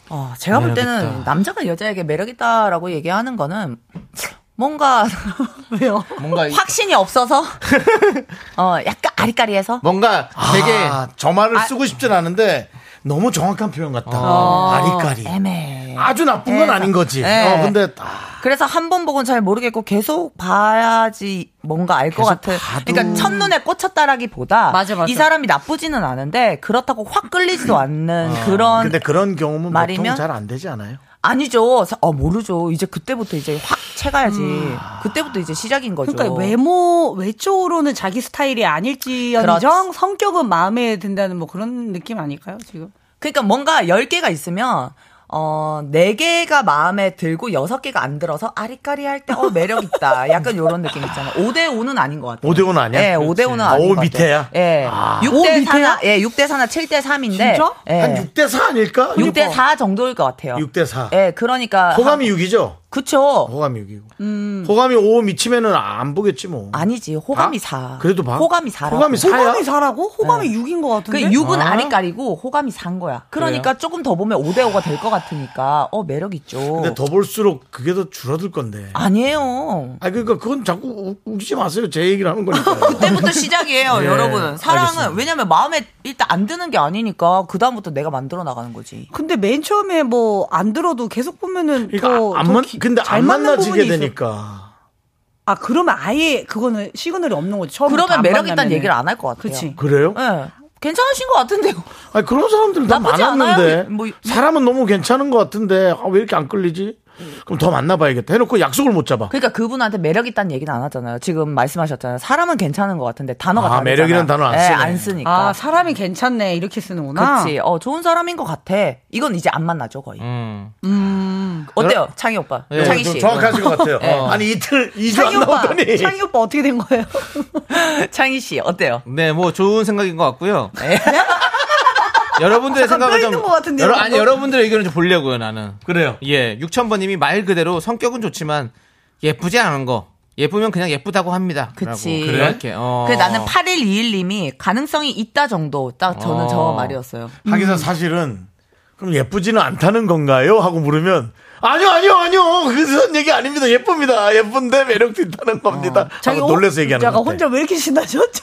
어, 제가 볼 때는 남자가 여자에게 매력있다라고 얘기하는 거는 뭔가 왜요? 뭔가 이- 확신이 없어서 어 약간 아리까리해서 뭔가 되게 저 말을 아, 쓰고 싶진 않은데 너무 정확한 표현 같다. 어. 아리까리. 애매. 아주 나쁜 건 네. 아닌 거지. 네. 어, 근데 아, 그래서 한 번 보고는 잘 모르겠고 계속 봐야지 뭔가 알 것 같은. 그러니까 첫눈에 꽂혔다라기보다 맞아, 맞아. 이 사람이 나쁘지는 않은데 그렇다고 확 끌리지도 않는 그런 음. 아, 근데 그런 경우는 보통 말이면? 잘 안 되지 않아요? 아니죠. 어 모르죠. 이제 그때부터 이제 확 채가야지. 음. 그때부터 이제 시작인 거죠. 그러니까 외모 외적으로는 자기 스타일이 아닐지언정 그렇지. 성격은 마음에 든다는 뭐 그런 느낌 아닐까요 지금? 그러니까 뭔가 10개가 있으면 어, 4개가 마음에 들고 6개가 안 들어서 아리까리 할 때, 어, 매력 있다. 약간 요런 느낌 있잖아. 5대5는 아닌 것 같아요. 5대5는 아니야? 예, 5대5는 아닌 오, 것 같아요. 밑에야? 예. 아. 육 오, 6대 밑에야? 4나, 예, 6대 4나 7대 3인데. 진짜? 한 6대 4 아닐까? 예. 6대 4 정도일 것 같아요. 6대 4. 예, 그러니까. 호감이 6이죠? 그쵸. 호감이 6이고. 호감이 5 미치면은 안 보겠지 뭐. 음. 아니지, 호감이 사. 그래도 봐. 호감이 사라고. 호감이 사야? 호감이 사라고? 호감이 6인 것 그 같은데? 6은 네. 아. 아? 리까리고 호감이 산 거야. 그러니까 조금 더 보면 5대5가 될 것 같으니까, 어, 매력 있죠. 근데 더 볼수록 그게 더 줄어들 아. 건데. 아니에요. 아 그러니까 그건 자꾸 우- 우기지 마세요. 제 얘기를 하는 거니까. 그때부터 시작이에요, 예, 여러분. 사랑은 알겠습니다. 왜냐면 마음에 일단 안 드는 게 아니니까 그 다음부터 내가 만들어 나가는 거지. 근데 맨 처음에 뭐 안 들어도 계속 보면은 더, 그러니까 안 더 만, 기- 근데 잘 안 맞는 만나지게 부분이 있어요. 되니까. 아 그러면 아예 그거는 시그널이 없는 거지. 처음부터 그러면 안 매력 있다는 만나면은. 얘기를 안 할 것 같아요. 그치. 그래요? 예. 괜찮으신 것 같은데요. 아니 그런 사람들 다 나쁘지 많았는데 않아요? 뭐- 사람은 너무 괜찮은 것 같은데 아, 왜 이렇게 안 끌리지? 그럼 더 만나봐야겠다. 해놓고 약속을 못 잡아. 그러니까 그분한테 매력 있다는 얘기는 안 하잖아요. 지금 말씀하셨잖아요. 사람은 괜찮은 것 같은데 단어가 아, 다르잖아요. 매력이라는 단어 안 예, 쓰네. 안 쓰니까. 아 사람이 괜찮네 이렇게 쓰는구나. 그렇지. 어, 좋은 사람인 것 같아. 이건 이제 안 만나죠, 거의. 음. 음. 어때요? 창희 오빠. 음. 예, 창희 좀 씨. 정확하신 것 같아요. 예. 아니 이틀 이주 네. 창희 안 오빠, 나오더니 창희 오빠 어떻게 된 거예요? 창희 씨, 어때요? 네, 뭐 좋은 생각인 것 같고요. 여러분들의 생각을 잠깐 뼈 있는 좀 것 같은데요, 여러, 방금? 아니 여러분들의 의견을 좀 보려고요, 나는. 그래요. 예, 6,000번 님이 말 그대로 성격은 좋지만 예쁘지 않은 거. 예쁘면 그냥 예쁘다고 합니다. 그치. 라고. 이렇게. 어. 그 나는 8121님이 가능성이 있다 정도 딱 저는 저 어. 말이었어요. 음. 하기사 사실은 그럼 예쁘지는 않다는 건가요? 하고 물으면 아니요 아니요 아니요 그런 얘기 아닙니다 예쁩니다 예쁜데 매력도 있다는 어. 겁니다 하고 놀래서 얘기하는 자가 어, 건데 혼자 왜 이렇게 신나셨죠?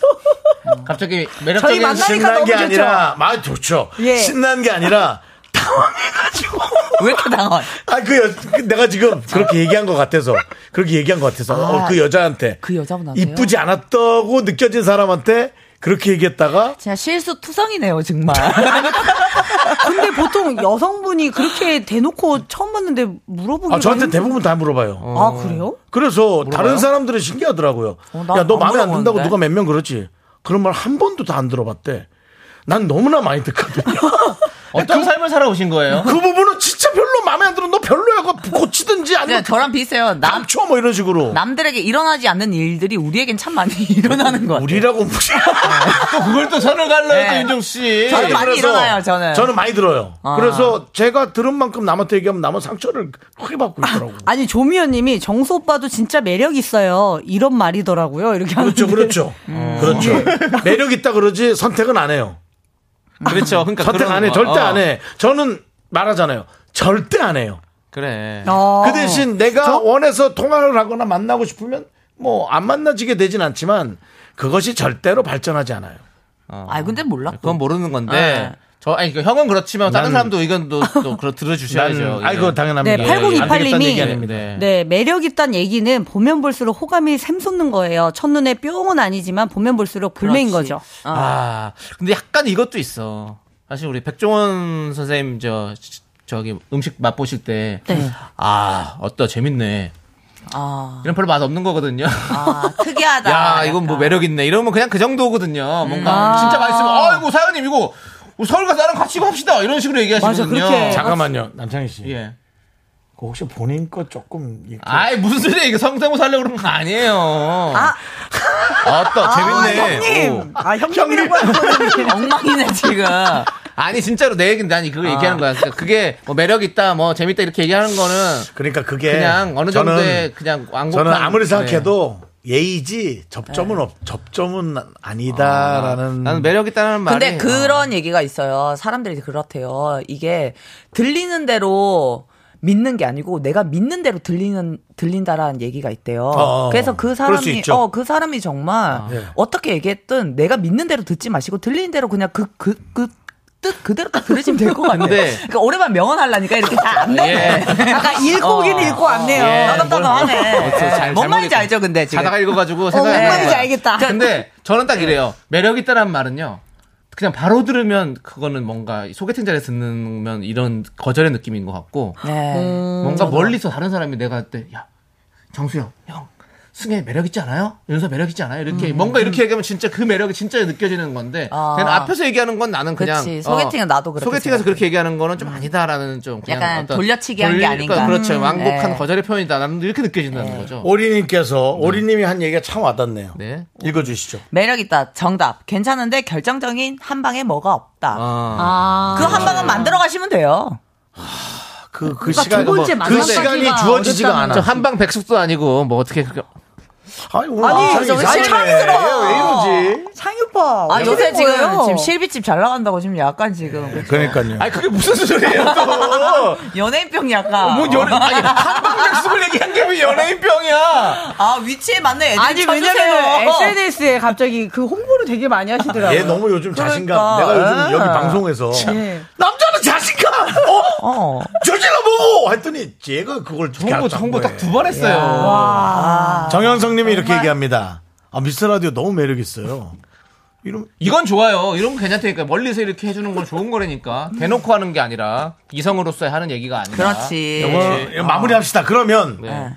갑자기 저희 매력적인 만나니까 신난 너무 게 좋죠. 아니라 말 좋죠 예. 신난 게 아니라 당황해가지고 왜 이렇게 당황해? 아그 여 그 내가 지금 그렇게 얘기한 것 같아서 그렇게 얘기한 것 같아서 어, 아, 그 여자한테 그 여자분한테요? 이쁘지 않았다고 느껴진 사람한테 그렇게 얘기했다가 진짜 실수 투성이네요, 정말. 근데 보통 여성분이 그렇게 대놓고 처음 봤는데 물어보기가 아, 저한테 힘들- 대부분 다 물어봐요 아 그래요? 그래서 다른 사람들은 신기하더라고요. 어, 난 야, 너 안 마음에 안 든다고 물어보는데. 누가 몇 명 그러지? 그런 말 한 번도 다 안 들어봤대. 난 너무나 많이 듣거든요. 어떤 삶을 살아오신 거예요? 그 부분은 진짜 별로 마음에 안 들어. 너 별로야. 그거 고치든지 그냥 아니면 저랑 비슷해요. 남, 감춰 뭐 이런 식으로. 어. 남들에게 일어나지 않는 일들이 우리에겐 참 많이 일어나는 것 같아요. 우리라고 무시. 또 그걸 또 선을 갈라요, 네. 또 윤종 씨. 저는 많이 일어나요, 저는. 저는 많이 들어요. 아. 그래서 제가 들은 만큼 남한테 얘기하면 남은 상처를 크게 받고 있더라고. 요 아니 조미연님이 정수 오빠도 진짜 매력 있어요 이런 말이더라고요 이렇게 하는데. 그렇죠, 그렇죠. 음. 그렇죠. 매력 있다 그러지 선택은 안 해요. 그렇죠. 그러니까 선택 그런 안 해. 거. 절대 어. 안 해. 저는 말하잖아요. 절대 안 해요. 그래. 어. 아. 그 대신 내가 원해서 통화를 하거나 만나고 싶으면 뭐 안 만나지게 되진 않지만 그것이 절대로 발전하지 않아요. 아, 근데 몰라. 그건 모르는 건데. 저 아니 그 형은 그렇지만 다른 난- 사람도 의견도 또 그런 들어 주셔야죠. 난- 아이고, 당연합니다. 네, 예, 안 되겠다는 얘기 아닙니다. 8028님이 네. 네. 매력 있단 얘기는 보면 볼수록 호감이 샘솟는 거예요. 첫눈에 뿅은 아니지만 보면 볼수록 불매인 그렇지. 거죠. 아, 근데 약간 이것도 있어. 사실 우리 백종원 선생님 저 저기 음식 맛보실 때, 네. 아 어떠 재밌네. 아, 이런 별로 맛 없는 거거든요. 아, 특이하다. 야 이건 뭐 매력 있네. 이러면 그냥 그 정도거든요. 뭔가 아. 진짜 맛있으면 아이고 사연님 이거 우리 서울 가서 나랑 같이 이거 합시다 이런 식으로 얘기하시거든요. 잠깐만요, 남창희 씨. 예. 그 혹시 본인 거 조금 이렇게- 아이 무슨 소리야 이거 성대모사 하려고 그런 거 아니에요. 아, 아, 아따 재밌네. 형님. 아, 형님이라고 엉망이네 지금. 아니 진짜로 내 얘기는 난 그거 아. 얘기하는 거야. 그러니까 그게 뭐 매력 있다, 뭐 재밌다 이렇게 얘기하는 거는 그러니까 그게 그냥 어느 정도의 그냥 완곡한- 저는 아무리 네. 생각해도 예의지 접점은 없, 접점은 아니다라는 네. 나는 매력 있다는 말이. 어, 근데 그런 얘기가 있어요. 사람들이 그렇대요. 이게 들리는 대로 믿는 게 아니고 내가 믿는 대로 들리는 들린다라는 얘기가 있대요. 어, 그래서 그 그럴 수 사람이 있죠. 어 그 사람이 정말 네. 어떻게 얘기했든 내가 믿는 대로 듣지 마시고 들리는 대로 그냥 그 그 그 뜻 그대로 딱 들으시면 될 것 같아요. 네. 그러니까 오랜만 명언하려니까 이렇게 다 안 되네. 예. 약간 읽고 오기는 읽고 왔네요. 따다따다하네. 뭔 말인지 알죠, 근데 지금. 자다가 읽어가지고 어, 생각. 뭔 말인지 알겠다. 그러니까 근데 저는 딱 이래요. 매력 있다는 말은요. 그냥 바로 들으면 그거는 뭔가 소개팅 자리에 듣는 이런 거절의 느낌인 것 같고 아, 네. 음. 뭔가 멀리서 다른 사람이 내가 그때 야 정수영 형 승혜 매력 있지 않아요? 윤서 매력 있지 않아요? 이렇게 음. 뭔가 이렇게 얘기하면 진짜 그 매력이 진짜 느껴지는 건데 아. 그냥 앞에서 얘기하는 건 나는 그냥 그치. 어, 소개팅은 나도 그렇게 소개팅에서 생각해. 음. 그렇게 얘기하는 거는 좀 아니다라는 좀 그냥 약간 어떤 돌려치기 한게 돌리- 아닌가. 그렇죠 음. 완곡한 네. 거절의 표현이다 나는 이렇게 느껴진다는 거죠 오리님께서 네. 오리님이 한 얘기가 참 와닿네요. 읽어주시죠. 매력 있다. 정답. 괜찮은데 결정적인 한 방에 뭐가 없다. 아. 그 한 방은 아. 만들어 가시면 돼요. 그, 그 그러니까 시간, 두 번째 그 마지막 시간이 까지가 주어지지가 어렵다는 않아. 거. 한방 백숙도 아니고 뭐 어떻게 그게 아니, 오늘 아니, 남창이 저기 이상하네. 창스러워. 왜 이러지? 창희 오빠. 아, 왜 요새 그런 지금, 거예요? 지금 실비집 잘 나간다고 지금 약간 지금. 그렇죠? 그러니까요. 아니 그게 무슨 소리예요? 또. 연예인병 약간. 뭔 연예 아니 한방 백숙을 얘기한 게 왜 연예인병이야? 아, 위치에 맞는 애들 아니, 쳐주세요. 어. 왜냐면 SNS에 갑자기 그 홍보를 되게 많이 하시더라고요. 얘 너무 요즘 자신감. 그러니까. 내가 요즘 여기 아. 방송에서 예. 남자는 자신감. 어? 어. 저질러 보고 했더니 얘가 그걸 홍보 홍보 딱 두 번 했어요. 아. 정현성님이 이렇게 얘기합니다. 아 미스 라디오 너무 매력 있어요. 이런 이건 좋아요. 이런 거 괜찮다니까. 멀리서 이렇게 해주는 건 좋은 거라니까. 대놓고 하는 게 아니라 이성으로서 하는 얘기가 아니라. 예. 그렇지. 이거 이거 마무리합시다. 그러면 네.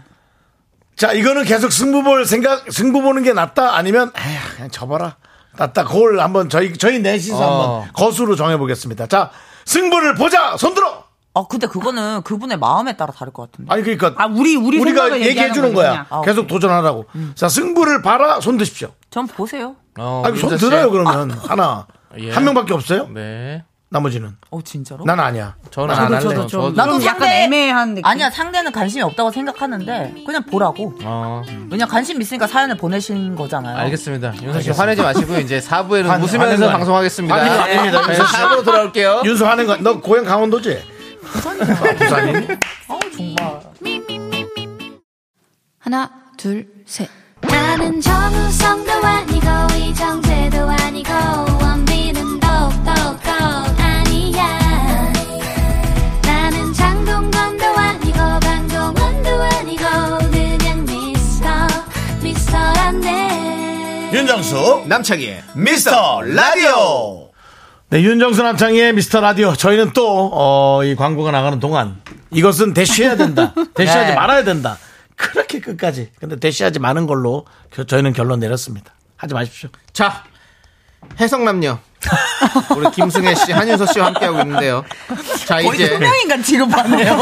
자 이거는 계속 승부 볼 생각 승부 보는 게 낫다 아니면 에휴, 그냥 접어라 낫다. 그걸 한번 저희 저희 넷이서 어. 한번 거수로 정해보겠습니다. 자 승부를 보자. 손들어. 아, 근데 그거는 그분의 마음에 따라 다를 것 같은데. 아니 그러니까 아, 우리- 우리 가 생각을 얘기해 얘기하는 음. 주는 거지, 거야. 그냥. 아, 계속 도전하라고. 자 승부를 봐라. 손 드십시오. 전 보세요. 어, 아니 손 윤서 씨. 들어요 그러면 하나 예. 한 명밖에 없어요? 네. 나머지는 어, 진짜로? 난 아니야. 저는 난 안 할래요. 할래요. 저도. 나도 좀 약간 상대- 애매한 느낌. 아니야, 상대는 관심이 없다고 생각하는데, 그냥 보라고. 어, 왜냐, 관심 있으니까 사연을 보내신 거잖아요. 알겠습니다. 윤서 씨 화내지 마시고 이제 4부에는 화내- 화내는 웃으면서 거 방송하겠습니다. 아닙니다, 아닙니다. 네, 윤서 씨. 4부로 돌아올게요. 윤수 하는 거. 너 고향 강원도지? 부산이야. 부산이? 어, 하나, 둘, 셋. 나는 정우성도 아니고, 이정재도 아니고, 원빈은 더욱더 아니야. 나는 장동건도 아니고, 방종원도 아니고, 그냥 미스터, 미스터란데. 윤정수 남창희의 미스터 라디오. 네, 윤정수 남창희의 미스터 라디오. 저희는 또, 어, 이 광고가 나가는 동안 이것은 대쉬해야 된다. 대쉬하지 네. 말아야 된다. 그렇게 끝까지. 근데 대쉬하지 마는 걸로 겨- 저희는 결론 내렸습니다. 하지 마십시오. 자, 해성남녀. 우리 김승혜 씨, 한윤서 씨와 함께하고 있는데요. 자, 거의 이제. 투명인간 취급받네요. 아,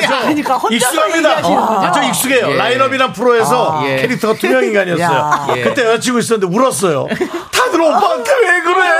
저 그러니까 혼자서 익숙합니다. 얘기하시는 거죠? 아, 저 익숙해요. 예. 라인업이란 프로에서 아, 예. 캐릭터가 투명 인간이었어요. 야. 예. 그때 여자친구 있었는데 울었어요. 다들 오빠한테 왜 그래?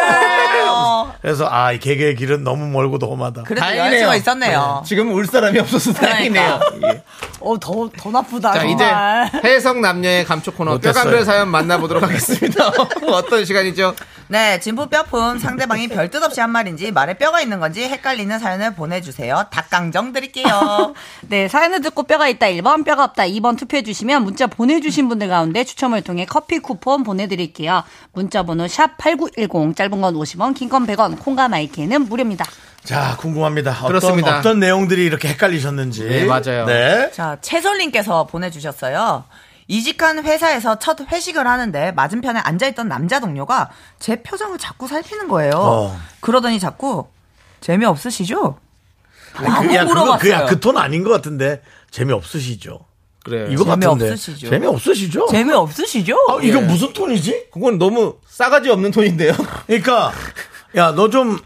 그래서 아이 개그의 길은 너무 멀고 험하다. 어. 그래도 여자친구가 있었네요. 그러니까. 지금 울 사람이 없어서 다행이네요. 예. 어, 더, 더 나쁘다. 자, 이제 아, 정말. 해성 남녀의 감초 코너 못했어요. 뼈간별 사연 만나보도록 하겠습니다. 어떤 시간이죠? 네, 진부 뼈품 상대방이 별뜻 없이 한 말인지 말에 뼈가 있는 건지 헷갈리는 사연을 보내주세요. 닭강정 드릴게요. 네, 사연을 듣고 뼈가 있다 1번, 뼈가 없다 2번 투표해주시면 문자 보내주신 분들 가운데 추첨을 통해 커피 쿠폰 보내드릴게요. 문자 번호 샵8910, 짧은 건 50원, 긴 건 100원, 콩과 마이키는 무료입니다. 어, 자, 궁금합니다. 어떤, 그렇습니다. 어떤 내용들이 이렇게 헷갈리셨는지. 네, 맞아요. 네. 자, 채솔님께서 보내주셨어요. 이직한 회사에서 첫 회식을 하는데 맞은편에 앉아있던 남자 동료가 제 표정을 자꾸 살피는 거예요. 어. 그러더니 자꾸 재미없으시죠? 라고 야, 그거, 그, 야, 물어봤어요. 그 톤 아닌 것 같은데. 재미없으시죠? 그래요. 이거 같은데. 재미없으시죠? 재미없으시죠? 재미없으시죠? 아, 이거 예. 무슨 톤이지? 그건 너무 싸가지 없는 톤인데요. 그러니까, 야, 너 좀,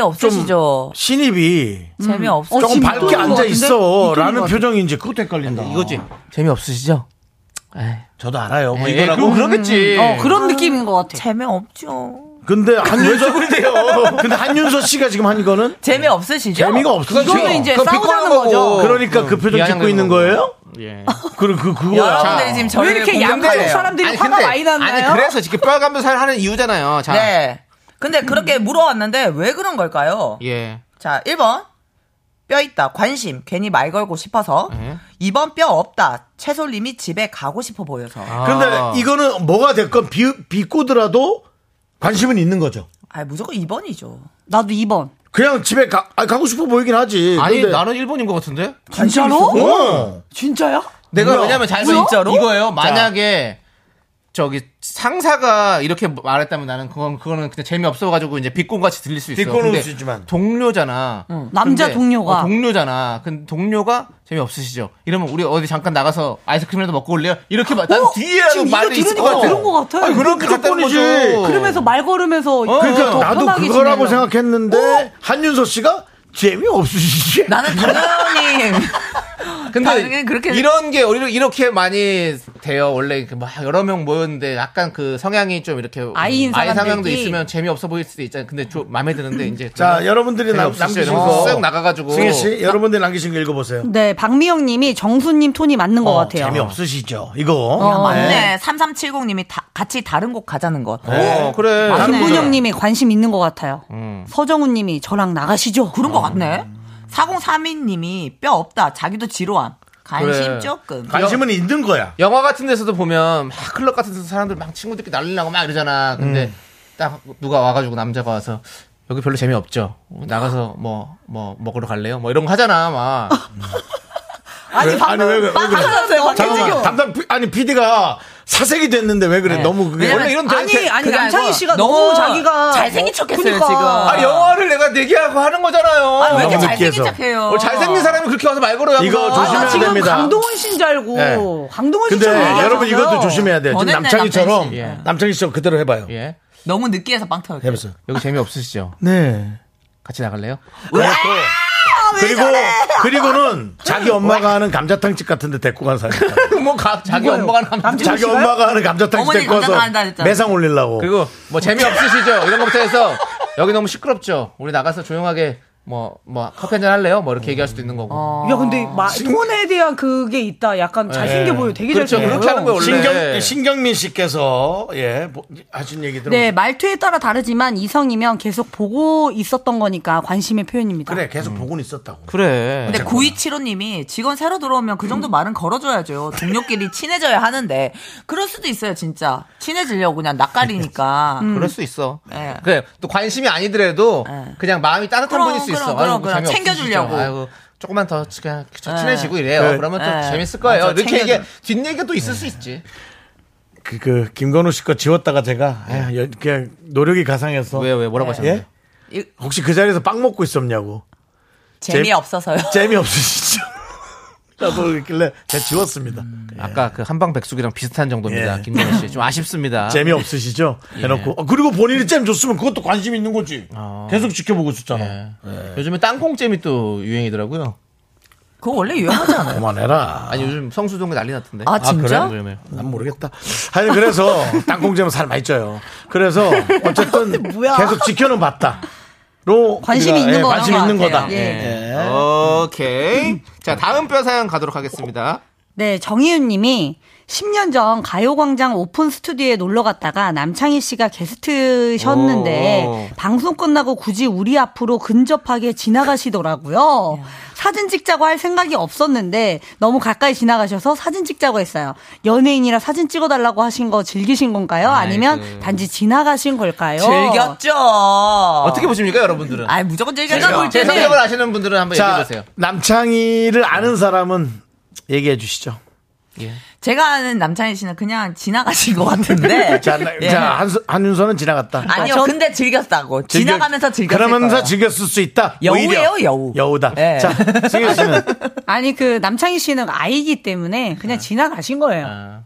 재미없으시죠? 신입이 어, 재미없으시죠? 음. 조금 밝게 앉아 있어. 라는 같은데? 표정인지 그것도 헷갈린다. 이거지. 재미없으시죠? 저도 알아요. 뭐 예, 이거라고. 음. 그럼 그러겠지. 어, 그런 느낌인 것 같아. 재미없죠. 근데 한윤서 근데 한윤서 씨가 지금 한 이거는 재미없으시죠? 재미가 없어. 이거는 이제 싸우자는 거죠. 그러니까 그 표정 짓고 있는 거예요? 예. 그럼 그 그거야. 여러분들이 지금 저를 왜 이렇게 공감- 양반 아, 사람들이 화가 많이 났나요? 아니 그래서 이렇게 뼈 감별사를 하는 이유잖아요. 자, 네. 근데 그렇게 물어왔는데 왜 그런 걸까요? 예. 자, 1번. 뼈 있다. 관심. 괜히 말 걸고 싶어서. 예. 2번 뼈 없다. 채솔님이 집에 가고 싶어 보여서. 아, 근데 아. 이거는 뭐가 됐건 비, 비꼬더라도 관심은 있는 거죠. 아, 무조건 2번이죠. 나도 2번. 그냥 집에 가, 아, 가고 싶어 보이긴 하지. 아니 근데- 나는 일본인 것 같은데. 진짜로? 어. 진짜야? 내가 뭐야? 왜냐면 잘 뭐야? 진짜로? 이거예요. 만약에 저기 상사가 이렇게 말했다면 나는 그건 그거는 그냥 재미없어 가지고 이제 빗곤 같이 들릴 수 있어. 빗꼬는 근데 수 있지만. 동료잖아. 남자 근데- 동료가. 어, 동료잖아. 근데 동료가 재미없으시죠. 이러면 우리 어디 잠깐 나가서 아이스크림이라도 먹고 올래요? 이렇게 말. 난 어? 뒤에 지금 하는 이거 말이 있을 들으니까 거야. 들은 것 같아. 아니, 그런 게 같다는 거죠. 그러면서 말 걸으면서 그러니까 더 나도 편하게 그거라고 지내려고. 생각했는데 한윤서 씨가 재미 없으시지. 나는 당연히. 근데 당연히 그렇게- 이런 게 오히려 이렇게 많이 돼요. 원래 이렇게 막 여러 명 모였는데 약간 그 성향이 좀 이렇게 아이인 상향도 사람들끼리. 있으면 재미없어 보일 수도 있잖아요. 근데 좀 마음에 드는데 이제 자, 여러분들이 남, 재미없으시죠? 남기신 이러면서 거. 쓱 나가가지고 승희 씨, 여러분들이 남기신 거 읽어보세요. 어, 네, 박미영 님이 정수님 톤이 맞는 것 같아요. 재미 없으시죠? 이거. 아, 맞네. 네. 3370님이 다, 같이 다른 곳 가자는 것. 어, 그래. 김문영 님이 관심 있는 것 같아요. 음. 서정훈 님이 저랑 나가시죠. 그런 것 같네. 4032님이 뼈 없다. 자기도 지루함. 관심 그래. 조금. 관심은 있는 거야. 영화 같은 데서도 보면 막 클럽 같은 데서 사람들 막 친구들끼리 난리 나고 막 이러잖아. 근데 음. 딱 누가 와가지고 남자가 와서 여기 별로 재미없죠. 나가서 뭐 뭐 먹으러 갈래요? 뭐 이런 거 하잖아. 막 아니, 방금 아니, 왜, 왜, 왜 그래? 잠깐만, 담당 피- 아니 PD가 사색이 됐는데 왜 그래? 너무 그게 왜냐면 이런 데- 아니, 아니, 그게 남창희 아니고 씨가 너무 자기가 잘생긴 척했어요, 그러니까. 지금. 아, 영화를 내가 내기하고 하는 거잖아요. 아, 왜 이렇게 너무 잘생긴 느끼해서. 척해요? 어, 잘생긴 사람이 그렇게 와서 말 걸어요. 이거 한번. 아, 조심해야 나 아, 지금 됩니다. 강동원 씨인 줄 알고 예. 강동원 근데 씨처럼 얘기하셨어요. 여러분 이것도 조심해야 돼요. 지금 전했네, 남창희처럼 남창희 씨. 예. 남창희처럼 그대로 해봐요. 예. 너무 느끼해서 빵 터졌어요. 해보세요. 여기 재미없으시죠? 네. 같이 나갈래요? 그리고 그리고 그리고는 자기 엄마가 하는 감자탕집 같은데 데리고 간 사람. 뭐 가, 자기 엄마가 하는 남자. 자기 엄마가 하는 감자탕집 어머니 데리고 와서 감자탕 한다 그랬잖아. 매상 올리려고. 그리고 뭐 재미없으시죠? 이런 것부터 해서 여기 너무 시끄럽죠. 우리 나가서 조용하게 뭐, 뭐 커피 한잔 할래요? 뭐 이렇게 얘기할 수도 있는 거고. 어. 아. 야, 근데 마, 톤에 대한 그게 있다. 약간 잘생겨 보여. 되게 그렇죠. 잘생겨 보여. 그렇게 하는 거예요, 원래. 신경 신경민 씨께서 예 뭐, 하신 얘기 들어. 네, 말투에 따라 다르지만 이성이면 계속 보고 있었던 거니까 관심의 표현입니다. 그래 계속 보고는 있었다고. 그래. 근데 9275님이 직원 새로 들어오면 그 정도 말은 걸어줘야죠. 동료끼리 친해져야 하는데. 그럴 수도 있어요, 진짜. 친해지려고 그냥 낯가리니까. 그럴 수 있어. 예. 그래. 또 관심이 아니더라도 예. 그냥 마음이 따뜻한 그럼, 분일 수 있어. 그럼, 그럼, 아이고, 그럼. 재미없으시죠? 챙겨주려고. 아이고, 조금만 더 그냥 친해지고 이래요. 네. 그러면 또 예. 재밌을 거예요. 맞아, 이렇게 챙겨줘. 네. 얘기 뒷얘기가 또 있을 수 있지. 그, 그 김건우 씨 거 지웠다가 제가 아유, 여- 그냥 노력이 가상해서 왜, 왜, 네. 뭐라고 예? 하셨는데? 이- 혹시 그 자리에서 빵 먹고 있었냐고 재미없어서요. 재미없으시죠? 나도 그랬길래 제가 지웠습니다. 아까 그 한방 백숙이랑 비슷한 정도입니다. 예. 김동현 씨. 좀 아쉽습니다. 예. 재미없으시죠? 해놓고 어, 그리고 본인이 잼 줬으면 그것도 관심 있는 거지. 계속 지켜보고 있었잖아. 아. 예. 요즘에 땅콩잼이 또 유행이더라고요. 그거 원래 유행하지 않아요? 그만해라. 아니 요즘 성수동에 난리 났던데. 네, 아, 진짜? 그래요? 그러면. 난 모르겠다. 하여튼 그래서 땅콩잼은 살 많이 쪄요. 그래서 어쨌든 계속 지켜는 봤다. 로 관심이 우리가, 예, 있는 거라는 관심 것 있는 예. 예. 네. 같아요. 네. 거다. 예. 오케이. 자 다음 뼈 사연 가도록 하겠습니다. 네, 정희윤 님이 10년 전 가요광장 오픈 스튜디오에 놀러 갔다가 남창희 씨가 게스트셨는데 오. 방송 끝나고 굳이 우리 앞으로 근접하게 지나가시더라고요. 사진 찍자고 할 생각이 없었는데 너무 가까이 지나가셔서 사진 찍자고 했어요. 연예인이라 사진 찍어달라고 하신 거 즐기신 건가요? 아니면 아이고. 단지 지나가신 걸까요? 즐겼죠. 어떻게 보십니까, 여러분들은? 아 무조건 즐겼죠. 제가 볼 때는- 제 성격을 아시는 분들은 한번 자, 얘기해 보세요. 남창희를 아는 사람은 얘기해 주시죠. 제가 아는 남창희 씨는 그냥 지나가신 것 같은데. 자, 나- 예. 자 한, 한윤서는 지나갔다. 아니요, 근데 즐겼다고. 즐겨- 지나가면서 즐겼을 그러면서 거예요. 즐겼을 수 있다. 여우예요, 오히려. 여우다. 자, 승현 씨는 아니 그 남창희 씨는 아이기 때문에 그냥 지나가신 거예요.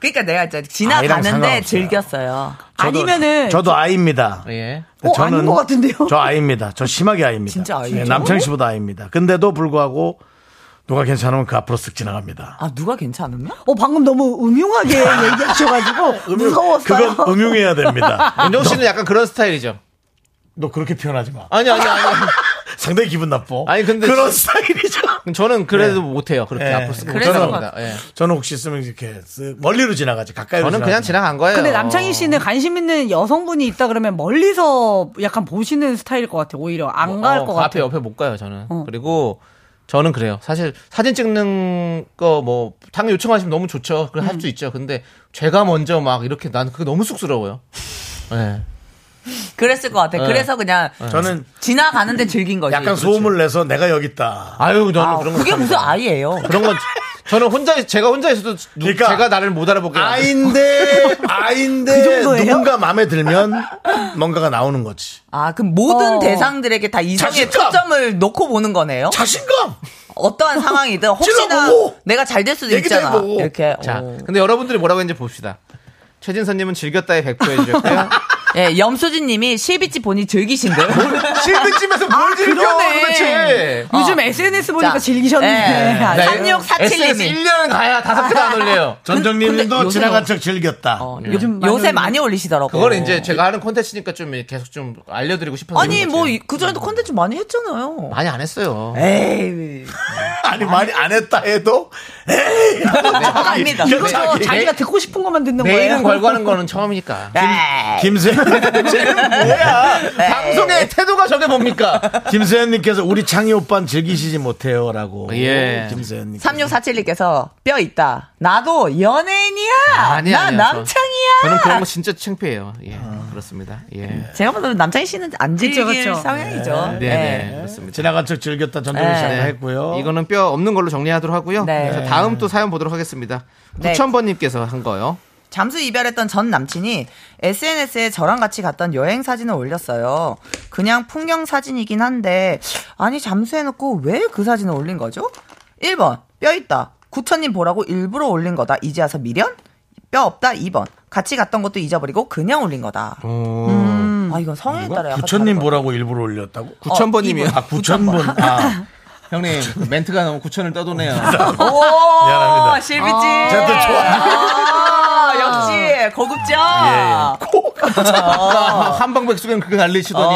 그러니까 내가 이제 아이랑 지나가는데 상관없어요. 즐겼어요. 저도- 저도 아이입니다. 예. 어, 아닌 것 같은데요? 저 아이입니다. 저 심하게 아이입니다. 진짜 아이죠? 네, 남창희 씨보다 아이입니다. 근데도 불구하고 누가 괜찮으면 그 앞으로 쓱 지나갑니다. 아 누가 괜찮으면? 어 방금 너무 음흉하게 얘기하셔가지고 무서웠어요. 그건 음흉해야 됩니다. 윤정 씨는 약간 그런 스타일이죠. 너 그렇게 표현하지 마. 아니, 아니, 아니. 상당히 기분 나빠. 아니, 근데. 그런 지- 스타일이죠. 저는 그래도 못해요. 그렇게 예. 앞으로 쓰고. 그래서 저는, 그런가. 예. 저는 혹시 있으면 이렇게 쓱 멀리로 지나가지. 가까이로 저는 그냥 지나간 거예요. 근데 어. 남창희 씨는 관심 있는 여성분이 있다 그러면 멀리서 약간 보시는 스타일일 것 같아요. 오히려 뭐, 안 갈 어, 것 그 앞에 같아요. 어. 옆에 못 가요 저는 그리고 저는 그래요 사실 사진 찍는 거 뭐 당연히 요청하시면 너무 좋죠 그걸 음. 할 수 있죠 근데 제가 먼저 막 이렇게 난 그게 너무 쑥스러워요 예. 그랬을 것 같아. 네. 그래서 그냥 저는 지나가는데 즐긴 거지. 약간 소음을 내서 내가 여기 있다. 아유 저는 아, 그런 거 그게 못합니다. 무슨 아이예요? 그런 건 저는 혼자 제가 혼자 있어도 누- 그러니까 제가 나를 못 알아보게 아인데 아인데 그 정도예요? 누군가 마음에 들면 뭔가가 나오는 거지. 아, 그럼 모든 어. 대상들에게 다 이성의 자신감! 초점을 놓고 보는 거네요? 자신감! 어떠한 상황이든 혹시나 찔러보고! 내가 잘 될 수도 있잖아. 이렇게. 자 어. 근데 여러분들이 뭐라고 했는지 봅시다 최진선님은 즐겼다에 100% 해주셨고요 예, 염수진 님이 실비집 보니 즐기신데요? 네. 어. 실비집에서 뭘 즐겨, 도대체. 요즘 SNS 보니까 자, 네. 즐기셨는데. 네. 예. 네. 아직. 삼육 사칠님이. SNS 1년 가야 다섯 개도 안 올려요 근데 전정님도 요새는- 어- 지나간 척 즐겼다. 음. 요즘 요새 많이 올리시더라고. 그걸 이제 제가 하는 콘텐츠니까 좀 계속 좀 알려드리고 싶어서 아니 그런 뭐 거지. 그 전에도 컨텐츠 많이 했잖아요. 네. 많이 안 했어요. 에이. 아니 많이 안 했다 해도 에이 네. 아닙니다. 이거 이것도 자기- 자기가 듣고 싶은 것만 듣는 네. 내일은 거예요. 걸고하는 거는 처음이니까. 네. 네. 김세현 뭐야? 방송의 태도가 저게 뭡니까? 김세현님께서 우리 창희 오빠는 즐기시지 못해요라고. 예. 김세현님. 3647님께서 뼈 있다. 나도 연예인이야. 아니, 나 아니요, 남창이야. 저는 그런 거 진짜 창피해요. 예, 그렇습니다. 예. 제가 봐도 남창희 씨는 안 즐길 그쵸. 성향이죠. 네, 네, 네. 그렇습니다. 지나간 척 즐겼다 전정희 씨가 네. 했고요. 이거는 뼈 없는 걸로 정리하도록 하고요. 네. 자, 다음 또 사연 보도록 하겠습니다. 네. 9,000번님께서 한 거요. 잠수 이별했던 전 남친이 SNS에 저랑 같이 갔던 여행 사진을 올렸어요. 그냥 풍경 사진이긴 한데, 아니, 잠수해놓고 왜 그 사진을 올린 거죠? 1번, 뼈 있다. 구천님 보라고 일부러 올린 거다. 이제 와서 미련? 뼈 없다. 2번, 같이 갔던 것도 잊어버리고 그냥 올린 거다. 아, 이건 성향에 따라 약간. 구천님 다른 거. 보라고 일부러 올렸다고? 9,000번님이요. 아 구천분. 아 형님, 그 멘트가 너무 9,000을 떠도네요. 오! 미안합니다. 실비지! 저도 좋아. 예, 아, 역시, 고급져! 한방백숙은 그거 날리시더니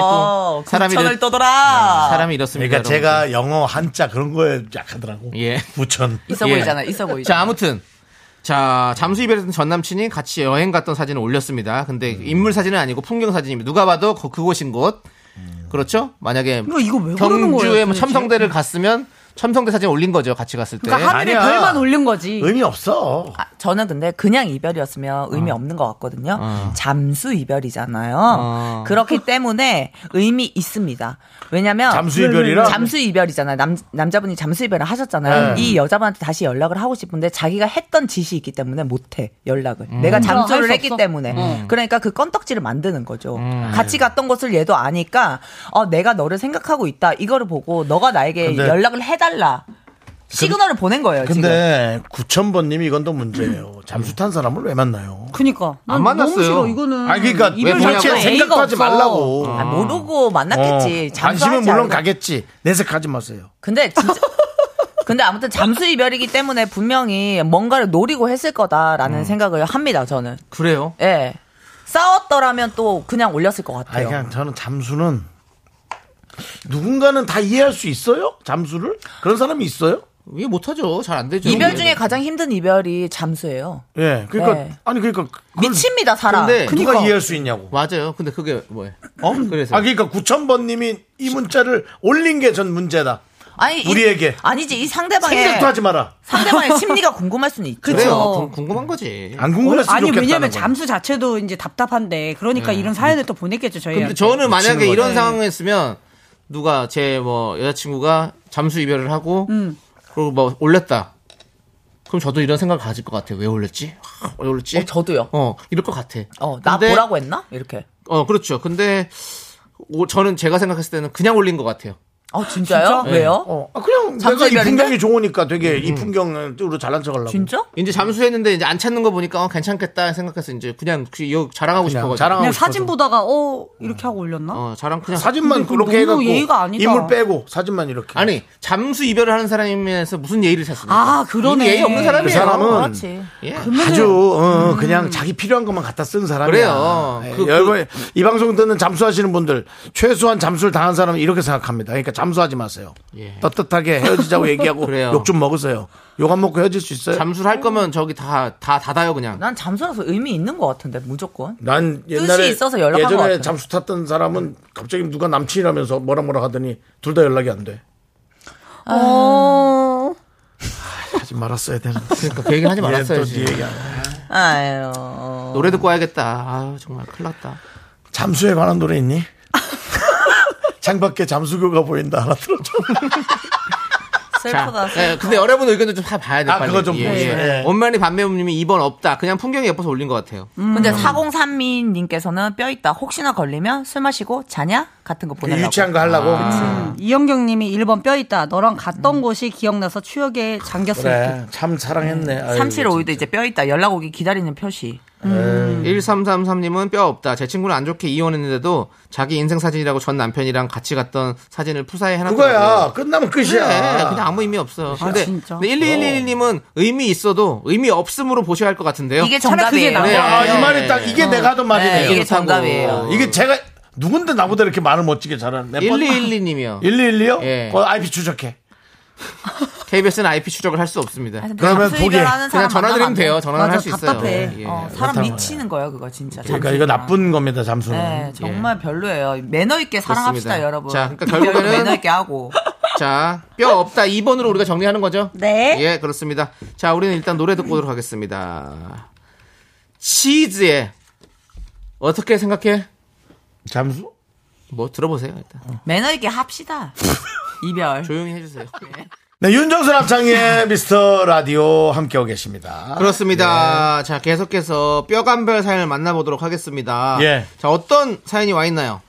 또 어, 아. 사람이 구천을 이렇- 떠더라! 사람이 이렇습니다. 그러니까 여러분들. 제가 영어 한자 그런 거에 약하더라고. 예. 구천. 있어 예. 보이잖아, 있어 보이잖아. 자, 아무튼. 자, 잠수 이별했던 전 남친이 같이 여행 갔던 사진을 올렸습니다. 근데 인물 사진은 아니고 풍경 사진입니다. 누가 봐도 그, 그곳인 곳. 그렇죠? 만약에 이거- 이거 왜 그러는 경주에 거예요, 뭐 도대체? 첨성대를 갔으면 첨성대 사진 올린 거죠. 같이 갔을 때. 그러니까 하늘에 네. 아니야. 별만 올린 거지. 의미 없어. 아, 저는 근데 그냥 이별이었으면 어. 의미 없는 것 같거든요. 잠수 이별이잖아요. 어. 그렇기 때문에 의미 있습니다. 왜냐면 잠수 이별이라? 잠수 이별이잖아요. 남, 남자분이 잠수 이별을 하셨잖아요. 네. 이 여자분한테 다시 연락을 하고 싶은데 자기가 했던 짓이 있기 때문에 못해 연락을. 음. 내가 할수 잠수를 했기 없어. 음. 때문에. 그러니까 그 건덕지를 만드는 거죠. 음. 같이 갔던 곳을 얘도 아니까 어, 내가 너를 생각하고 있다. 이거를 보고 너가 나에게 근데- 연락을 해달라. 시그널을 보낸 거예요. 지금. 근데 구천 번님이 이건 또 문제예요. 잠수 탄 사람을 왜 만나요? 그니까. 난 안 만났어요. 너무 싫어, 이거는. 아니 그러니까 이별 보냐고. 도대체 자체에 생각도 A가 하지 없어. 말라고. 아, 모르고 만났겠지. 어, 잠수 관심은 하지 물론 않고. 가겠지. 내색하지 마세요. 근데 진짜. 근데 아무튼 잠수 이별이기 때문에 분명히 뭔가를 노리고 했을 음. 거다라는 생각을 합니다. 저는. 그래요? 예. 싸웠더라면 또 그냥 올렸을 것 아니 같아요. 그냥 저는 잠수는 누군가는 다 이해할 수 있어요? 잠수를? 그런 사람이 있어요? 이게 못하죠. 잘 안 되죠. 이별 중에 가장 힘든 이별이 잠수예요. 예, 그러니까 네. 그러니까. 아니 그러니까 미칩니다 사람. 근데 누가 이해할 수 있냐고. 맞아요. 근데 그게 뭐예요? 어? 그래서 아 그러니까 9,000번 님이 이 문자를 올린 게 전 문제다. 아니 이- 우리에게. 아니지 이 상대방의 생각도 하지 마라. 상대방의 심리가 궁금할 수는 있죠. 그래요. 그쵸. 궁- 궁금한 거지. 안 어, 궁금했으면 아니 좋겠다는 왜냐면 거야. 네. 잠수 자체도 이제 답답한데 그러니까 이런 사연을 또 보냈겠죠 저희. 근데 저는 만약에 거네. 이런 상황이었으면 누가 제 뭐 여자친구가 잠수 이별을 하고 그리고 뭐 올렸다. 그럼 저도 이런 생각을 가질 것 같아요. 왜 올렸지? 하, 왜 올렸지? 어, 저도요. 어, 이럴 것 같아. 어, 나 근데- 보라고 했나? 이렇게. 어, 그렇죠. 근데 오- 저는 제가 생각했을 때는 그냥 올린 것 같아요. 어 진짜요? 왜요? 어, 아, 그냥 잠수 내가 이 이별인데? 풍경이 좋으니까 되게 이 풍경으로 잘난 척하려고. 진짜? 이제 잠수했는데 이제 안 찾는 거 보니까 어, 괜찮겠다 생각해서 이제 그냥 그- 이거 자랑하고 그냥 싶어가지고. 자랑하고 그냥 싶어서. 사진 보다가 음. 어 이렇게 하고 올렸나? 어, 자랑 그냥 사진만 근데 그렇게 너무 해갖고 예의가 아니다. 이물 빼고 사진만 이렇게. 아니 잠수 이별을 하는 사람이면서 무슨 예의를 찾습니까? 아 그러네. 이미 예의 없는 그 사람이에요. 사람은 어, 그렇지. 예. 아주 어, 그냥 자기 필요한 것만 갖다 쓴 사람이야. 음. 그래요. 예, 그- 그- 여러분 이 방송 듣는 잠수하시는 분들 최소한 잠수를 당한 사람은 이렇게 생각합니다. 그러니까 잠수하지 마세요. 예. 떳떳하게 헤어지자고 얘기하고 그래요. 욕 좀 먹으세요. 욕 안 먹고 헤어질 수 있어요? 잠수를 할 거면 저기 다 다 닫아요 그냥. 난 잠수라서 의미 있는 것 같은데 무조건. 난 옛날에 있어서 연락한 것 예전에 같아요. 잠수 탔던 사람은 갑자기 누가 남친이라면서 뭐라 뭐라 하더니 둘 다 연락이 안 돼. 어... 아, 하지 말았어야 되는데. 예, 네 그러니까 그 얘기는 하지 말았어야지. 얘기 안 해. 아유. 노래 듣고 와야겠다. 아 정말 큰일 났다. 잠수에 관한 노래 있니? 창밖에 잠수교가 보인다 하나 들어줘. 슬프다. 예, 근데 여러분 의견도 좀 네. 다 봐야 돼. 아, 빨리. 그거 좀 보세요. 예. 엄마니 반매우님이 2번 없다. 그냥 풍경이 예뻐서 올린 것 같아요. 근데 4032님께서는 뼈 있다. 혹시나 걸리면 술 마시고 자냐? 같은 거그 보내라고. 아, 유치한 거 하려고. 이영경 님이 1번 뼈 있다. 너랑 갔던 곳이 기억나서 추억에 잠겼을 때. 음. 그래, 참 사랑했네. 음. 아이고, 3752도 이제 뼈 있다. 연락 오기 기다리는 표시. 음. 음. 음. 1333님은 뼈 없다. 제 친구는 안 좋게 이혼했는데도 자기 인생 사진이라고 전 남편이랑 같이 갔던 사진을 푸사에 해놨더라고요. 그거야. 끝나면 그래, 끝이야. 그냥 아무 의미 없어. 근데, 진짜? 근데 1111님은 의미 있어도 의미 없음으로 보셔야 할 것 같은데요. 이게 차라리 그게 정답이에요. 나아. 야, 네. 이 말이 딱 이게 내가 하던 말이네요. 네, 이게 정답이에요. 이게 제가 누군데 나보다 이렇게 말을 멋지게 잘하는 몇 번? 1212님이요. 112요? 예. 그 IP 추적해. KBS는 IP 추적을 할 수 없습니다. 아니, 근데 그러면 잠수 포기해. 이별하는 그냥 사람 전화 드리면 만나면 돼요. 전화는 맞아, 할 수 있어요. 답답해. 예. 안 돼. 어, 사람 미치는 거야 그거 진짜. 그러니까 잠수는. 이거 나쁜 겁니다, 잠수는. 네, 정말 별로예요. 매너 있게 사랑합시다, 그렇습니다. 여러분. 음, 자, 그러니까 이별도 결국에는- 매너 있게 하고. 자, 뼈 없다 2번으로 우리가 정리하는 거죠? 네. 예, 그렇습니다. 자, 우리는 일단 노래 듣고 오도록 하겠습니다. 치즈에 어떻게 생각해? 잠수? 뭐 들어보세요, 일단. 매너 있게 합시다. 이별. 조용히 해 주세요. 예. 네, 윤정수 남창의 미스터 라디오 함께하고 계십니다. 그렇습니다. 자, 계속해서 뼈간별 사연을 만나보도록 하겠습니다. 예. 자, 어떤 사연이 와 있나요?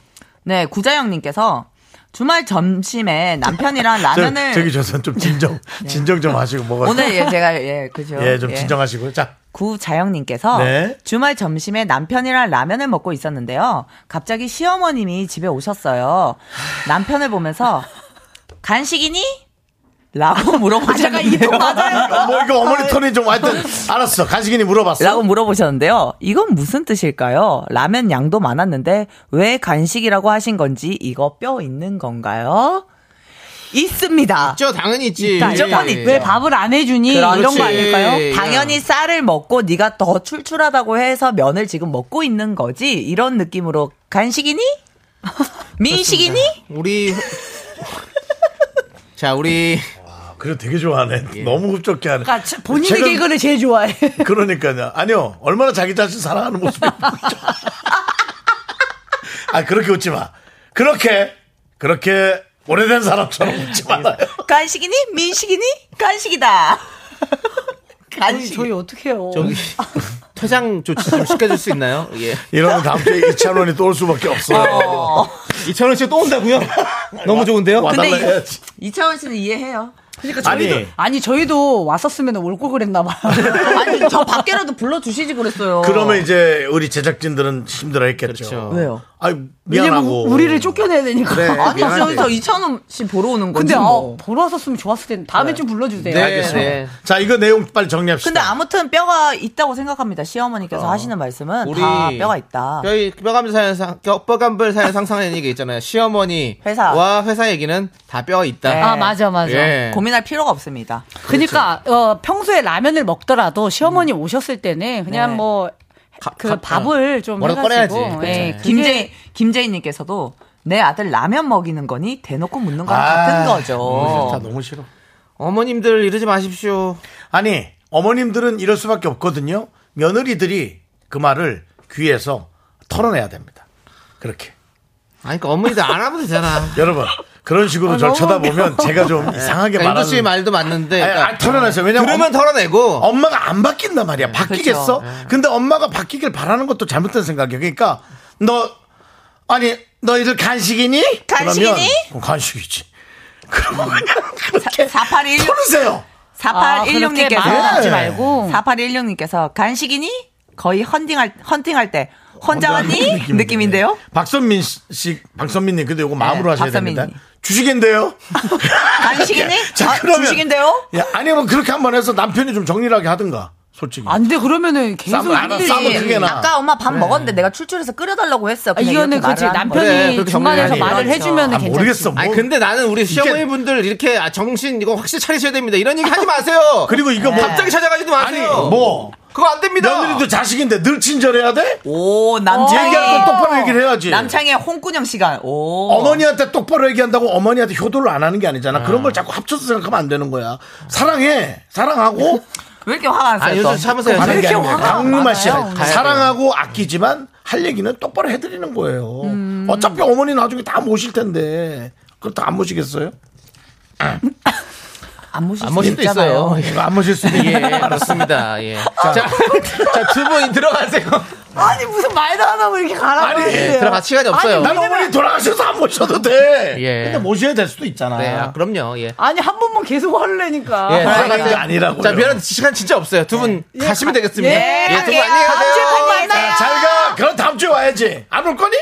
네, 구자영님께서 주말 점심에 남편이랑 저, 라면을 저기 저선 좀 진정, 진정 좀 하시고 먹어요. 아, 네. 오늘 예, 제가 예, 그죠. 예, 좀 진정하시고요. 자, 구자영님께서 네. 주말 점심에 남편이랑 라면을 먹고 있었는데요. 갑자기 시어머님이 집에 오셨어요. 남편을 보면서 간식이니? 라고 아, 물어보셨는데요. 뭐 이거 어머니 톤이 좀 하여튼 알았어. 간식이니 물어봤어. 라고 물어보셨는데요. 이건 무슨 뜻일까요? 라면 양도 많았는데 왜 간식이라고 하신 건지 이거 뼈 있는 건가요? 있습니다. 있죠, 당연히 있지. 있다, 무조건 예. 있죠. 왜 밥을 안 해주니 그렇지. 이런 거 아닐까요? 예, 예. 당연히 쌀을 먹고 네가 더 출출하다고 해서 면을 지금 먹고 있는 거지 이런 느낌으로 간식이니? 민식이니? 우리 자, 우리 그래 되게 좋아하네. 너무 흡족해 하네. 그러니까 자- 본인의 최근- 개그를 제일 좋아해. 그러니까요. 아니요. 얼마나 자기 자신 사랑하는 모습이 보이죠. 아, 그렇게 웃지 마. 그렇게, 그렇게 오래된 사람처럼 웃지 말아요. 간식이니? 민식이니? 간식이다. 간식. 저희 어떻게 해요? 저기 퇴장 조치 좀 시켜줄 수 있나요? 예. 이러면 다음 주에 이찬원이 또 올 수밖에 없어요. 이찬원 씨또 온다고요? 너무 좋은데요? 근데 와달라 이거 해야지. 이차원 씨는 이해해요. 그러니까 아니. 저희도 아니 저희도 왔었으면 올 걸 그랬나 봐요. 아니 저 밖에라도 불러주시지 그랬어요. 그러면 이제 우리 제작진들은 힘들어 했겠죠. 그렇죠. 왜요? 아 왜냐면 미안하고 우리를 쫓겨내야 되니까. 그래, 아니, 미안한데. 저기서 2,000원씩 벌어오는 근데 거지, 어, 뭐. 벌어왔었으면 좋았을 텐데. 다음에 좀 불러주세요. 네, 알겠습니다. 자 이거 내용 빨리 정리합시다. 근데 아무튼 뼈가 있다고 생각합니다. 시어머니께서 하시는 말씀은 다 뼈가 있다. 저희 뼈감별 사연 상, 뼈- 뼈감별 사연 상상하는 얘기 있잖아요. 시어머니 회사. 네. 와 회사 얘기는 다 뼈가 있다. 아, 맞아, 맞아. 예. 고민할 필요가 없습니다. 그러니까 어, 평소에 라면을 먹더라도 시어머니 오셨을 때는 그냥 네. 뭐. 그 밥을 좀 뭐라도 해가지고 꺼내야지. 예, 그렇죠. 그게- 네. 김재인 김재인님께서도 내 아들 라면 먹이는 거니 대놓고 묻는 거랑 아, 같은 너무 거죠. 싫다, 너무 싫어. 어머님들 이러지 마십시오. 아니 어머님들은 이럴 수밖에 없거든요. 며느리들이 그 말을 귀에서 털어내야 됩니다. 그렇게 아니 그러니까 어머니들 안 하면 되잖아. 여러분 그런 식으로 저를 쳐다보면 제가 좀 이상하게 그러니까 임도 씨 말하는. 말도 맞는데 아니, 그러니까 아니, 털어내세요. 왜냐면 들으면 털어내고 엄마가 안 바뀐단 말이야. 바뀌겠어? 근데 엄마가 바뀌길 바라는 것도 잘못된 생각이야. 그러니까 너 아니 너희들 간식이니? 간식이니? 그러면, 그럼 간식이지. 그러면 그냥 그렇게 4816 털으세요. 아, 그렇게 4816님께서 마음 지 예. 말고 4816님께서 간식이니 거의 헌팅할 헌팅할 때 혼자 왔니 느낌인데요. 박선민 씨, 박선민님 근데 이거 마음으로 네, 하셔야 박선민 됩니다. 님. 주식인데요. 간식이니? 자, 아, 그러면- 주식인데요? 야, 아니 면 그렇게 한번 해서 남편이 좀 정리하게 하든가. 솔직히. 안 돼, 그러면은 계속 싸움 안 힘들지. 싸움 크게 나. 네. 아까 엄마 밥 먹었는데 내가 출출해서 끓여달라고 했어. 아, 그냥 이거는 이렇게 그지 말을 하는 거예요. 거지. 그래, 남편이 그렇게 중간에서 정리하지. 말을 그렇죠. 해주면 아, 괜찮지. 모르겠어. 뭐. 아니 근데 나는 우리 시어머니분들 이렇게 아, 정신 이거 확실히 차리셔야 됩니다. 이런 얘기 하지 마세요. 그리고 이거 뭐 갑자기 찾아가지도 아니 마세요. 뭐 그거 안 됩니다. 며느리도 자식인데 늘 친절해야 돼? 오 남창이 얘기할 건 똑바로 얘기를 해야지. 남창의 홍군형 시간. 오 어머니한테 똑바로 얘기한다고 어머니한테 효도를 안 하는 게 아니잖아. 그런 걸 자꾸 합쳐서 생각하면 안 되는 거야. 사랑해. 사랑하고 왜 이렇게 화가 안 아, 났어? 요즘 참으세요. 네. 하는 게 아니에요. 화가 강마 씨 많아요? 사랑하고 아끼지만 할 얘기는 똑바로 해드리는 거예요. 어차피 어머니 나중에 다 모실 텐데 그걸 다 안 모시겠어요? 안 모실 안 수도 모실 수 있잖아요. 있어요. 이거 안 모실 수도 예, 있 그렇습니다. 예. 자, 자, 두 분 들어가세요. 아니, 무슨 말도 안 하고 이렇게 가라고. 아니, 예, 들어가 시간이 없어요. 난 어머니 돌아가셔서 안 모셔도 돼. 예. 근데 뭐. 모셔야 될 수도 있잖아. 네, 아, 그럼요. 예. 아니, 한 번만 계속 화를 내니까. 예, 네. 돌아가는 들어가세요. 게 아니라고요. 예. 자, 미안한데 시간 진짜 없어요. 두 분 가시면 되겠습니다. 예, 두 분 안녕히 가세요. 자, 잘 가. 그럼 다음 주에 와야지. 안 올 거니?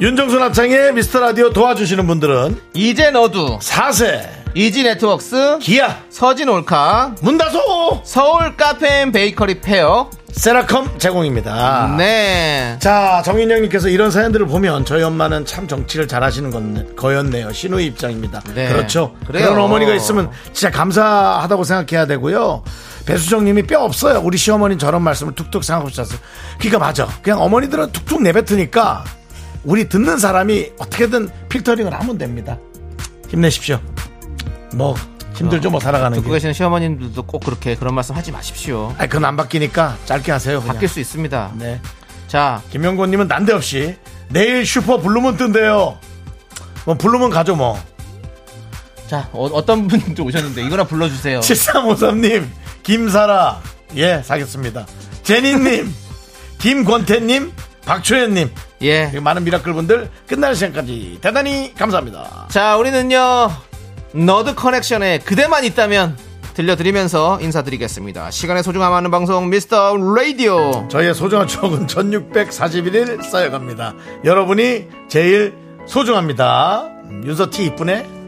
윤정수 남창의 미스터 라디오 도와주시는 분들은 이제 너두, 4세 이지 네트웍스, 기아 서진 올카, 문다소 서울 카페 앤 베이커리 페어. 세라컴 제공입니다. 네. 자, 정인영님께서 이런 사연들을 보면 저희 엄마는 참 정치를 잘하시는 건 거였네요. 신우의 입장입니다. 네. 그렇죠. 그래요. 그런 어머니가 있으면 진짜 감사하다고 생각해야 되고요. 배수정님이 뼈 없어요. 우리 시어머니 는 저런 말씀을 툭툭 생각하셨어요. 그러니까 맞아. 그냥 어머니들은 툭툭 내뱉으니까 우리 듣는 사람이 어떻게든 필터링을 하면 됩니다. 힘내십시오. 뭐 힘들죠, 뭐 살아가는 듣고 게. 계시는 시어머님들도 꼭 그렇게 그런 말씀 하지 마십시오. 아, 그건 안 바뀌니까 짧게 하세요. 그냥. 바뀔 수 있습니다. 네. 자, 김영곤님은 난데없이 내일 슈퍼 블루문 뜬대요. 뭐 블루문 가죠 뭐. 자, 어, 떤 분도 오셨는데 이거나 불러주세요. 7353님, 김사라, 예 사겠습니다. 제니님, 김권태님, 박초연님, 예. 그리고 많은 미라클 분들 끝날 시간까지 대단히 감사합니다. 자, 우리는요, 너드 커넥션에 그대만 있다면 들려드리면서 인사드리겠습니다. 시간의 소중함 하는 방송, 미스터 라디오. 저희의 소중한 추억은 1641일 쌓여갑니다. 여러분이 제일 소중합니다. 음, 윤서 티 이쁘네.